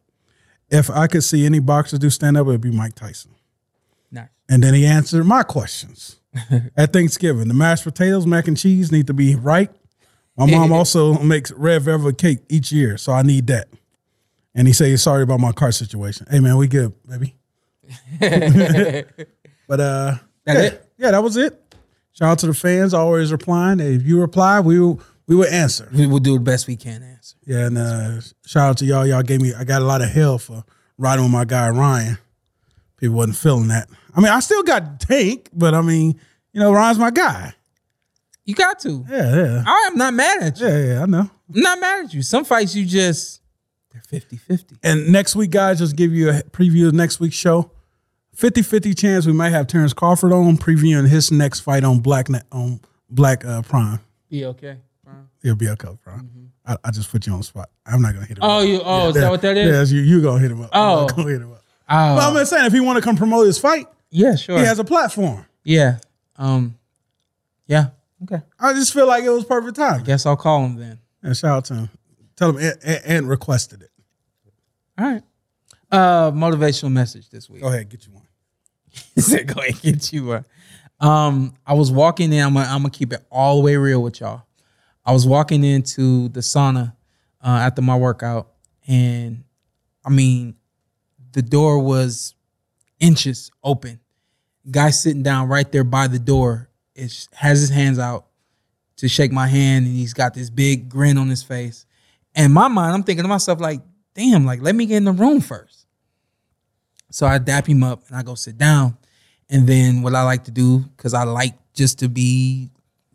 If I could see any boxers do stand up, it'd be Mike Tyson. Nice. And then he answered my questions at Thanksgiving. The mashed potatoes, mac and cheese need to be right. My mom also makes red velvet cake each year, so I need that. And he says, "Sorry about my car situation." Hey man, we good, baby. but uh, That yeah, it? yeah, that was it. Shout out to the fans always replying. If you reply, we will we will answer. We will do the best we can to answer. Yeah, and uh, shout out to y'all. Y'all gave me. I got a lot of hell for riding with my guy Ryan. People wasn't feeling that. I mean, I still got Tank, but I mean, you know, Ryan's my guy. You got to. Yeah, yeah, I am not mad at you. yeah, yeah. I know. I'm not mad at you. Some fights you just they're 50-50. And next week, guys, just give you a preview of next week's show. 50-50 chance we might have Terrence Crawford on previewing his next fight on Black Ne- on Black uh, Prime. Yeah, okay. It'll be a cup, Prime. I, I just put you on the spot. I'm not gonna hit him. Oh, up. you oh, is that what that is? Yeah, it's you you gonna hit him up. I'm not Oh. gonna hit him up. Oh, But I'm just saying, if he want to come promote his fight, yeah, sure. he has a platform. yeah. Um Yeah. Okay. I just feel like it was perfect time. Guess I'll call him then. And shout out to him. Tell him Ant, Ant, Ant requested it. All right. Uh motivational message this week. Go ahead, get you one. He said, "Go ahead, get you one." Um, I was walking in. I'm gonna, I'm gonna keep it all the way real with y'all. I was walking into the sauna uh, after my workout, and I mean, the door was inches open. Guy sitting down right there by the door is has his hands out to shake my hand, and he's got this big grin on his face. And in my mind, I'm thinking to myself, like, damn, like let me get in the room first. So I dap him up and I go sit down. And then what I like to do, because I like just to be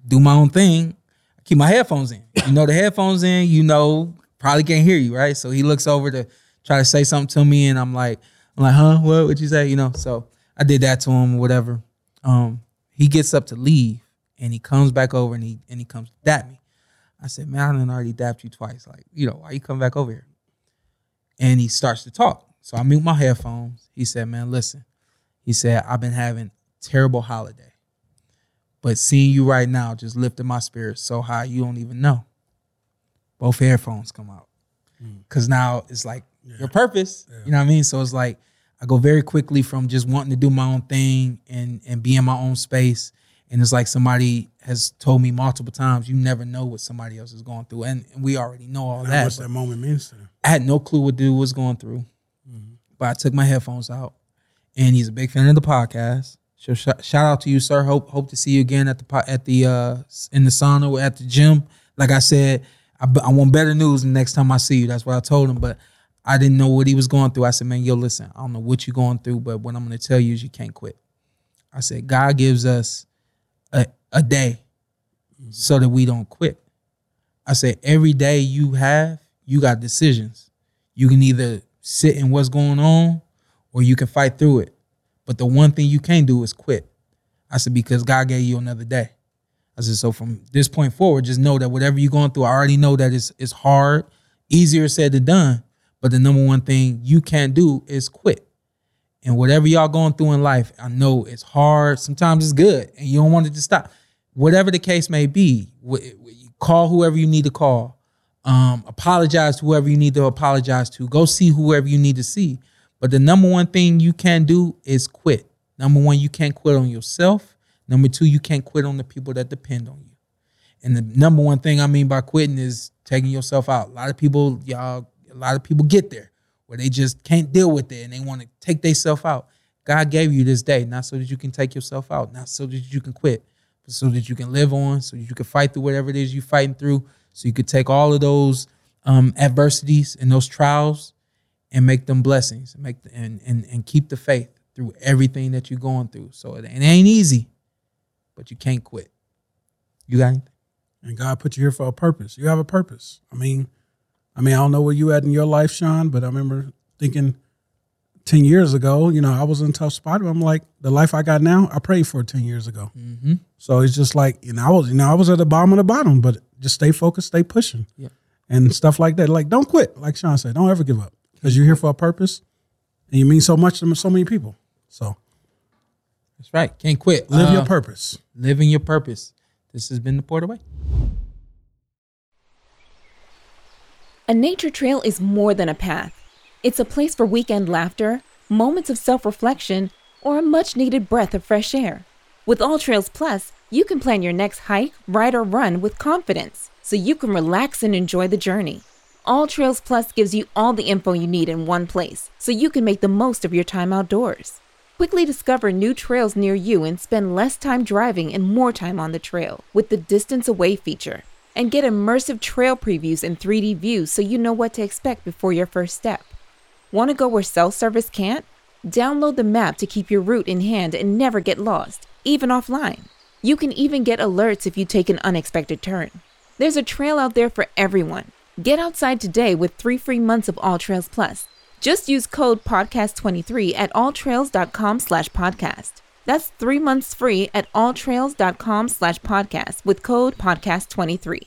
do my own thing, I keep my headphones in. You know the headphones in, you know, probably can't hear you, right? So he looks over to try to say something to me and I'm like, I'm like, huh? What would you say? You know, so I did that to him or whatever. Um, he gets up to leave and he comes back over and he and he comes to dap me. I said, Man, I done already dapped you twice. Like, you know, why you come back over here? and he starts to talk. So I mute my headphones. He said, "Man, listen." He said, "I've been having terrible holiday, but seeing you right now just lifted my spirits so high you don't even know." Both headphones come out because now it's like your purpose. You know what I mean? So it's like I go very quickly from just wanting to do my own thing and and be in my own space. And it's like somebody has told me multiple times, you never know what somebody else is going through. And, and we already know all How that. much but- that moment means to him. I had no clue what dude was going through, but I took my headphones out, and he's a big fan of the podcast. So sh- shout out to you, sir. Hope hope to see you again at the po- at the uh s- in the sauna or at the gym. Like I said, I, b- I want better news the next time I see you. That's what I told him, but I didn't know what he was going through. I said, man, yo, listen, I don't know what you're going through, but what I'm going to tell you is you can't quit. I said, God gives us a, a day so that we don't quit. I said, every day you have, you got decisions. You can either sit in what's going on or you can fight through it. But the one thing you can't do is quit. I said, because God gave you another day. I said, so from this point forward, just know that whatever you're going through, I already know that it's it's hard, easier said than done. But the number one thing you can't do is quit. And whatever y'all going through in life, I know it's hard. Sometimes it's good, and you don't want it to stop. Whatever the case may be, wh- you call whoever you need to call. Um, apologize to whoever you need to apologize to. Go see whoever you need to see. But the number one thing you can do is quit. Number one, you can't quit on yourself. Number two, you can't quit on the people that depend on you. And the number one thing I mean by quitting is taking yourself out. A lot of people, y'all, a lot of people get there where they just can't deal with it and they want to take themselves out. God gave you this day, not so that you can take yourself out, not so that you can quit, but so that you can live on, so that you can fight through whatever it is you're fighting through, so you could take all of those um, adversities and those trials and make them blessings, and make and, and and keep the faith through everything that you're going through. So it, it ain't easy, but you can't quit. You got anything? and God put you here for a purpose. You have a purpose. I mean, I mean, I don't know where you at in your life, Sean, but I remember thinking ten years ago, you know, I was in a tough spot. But I'm like, the life I got now, I prayed for ten years ago. So it's just like, you know, I was, you know, I was at the bottom of the bottom, but just stay focused, stay pushing, Yeah. and stuff like that. Like, don't quit. Like Sean said, don't ever give up because you're here for a purpose, and you mean so much to so many people. So That's right. Can't quit. live Uh, your purpose. living your purpose. This has been the Port Away. A nature trail is more than a path. It's a place for weekend laughter, moments of self reflection, or a much needed breath of fresh air. With All Trails Plus, you can plan your next hike, ride, or run with confidence so you can relax and enjoy the journey. All Trails Plus gives you all the info you need in one place so you can make the most of your time outdoors. Quickly discover new trails near you and spend less time driving and more time on the trail with the Distance Away feature. And get immersive trail previews and 3D views so you know what to expect before your first step. Want to go where cell service can't? Download the map to keep your route in hand and never get lost, even offline. You can even get alerts if you take an unexpected turn. There's a trail out there for everyone. Get outside today with three free months of All Trails Plus. Just use code podcast23 at alltrails.com slash podcast. That's three months free at alltrails.com slash podcast with code podcast23.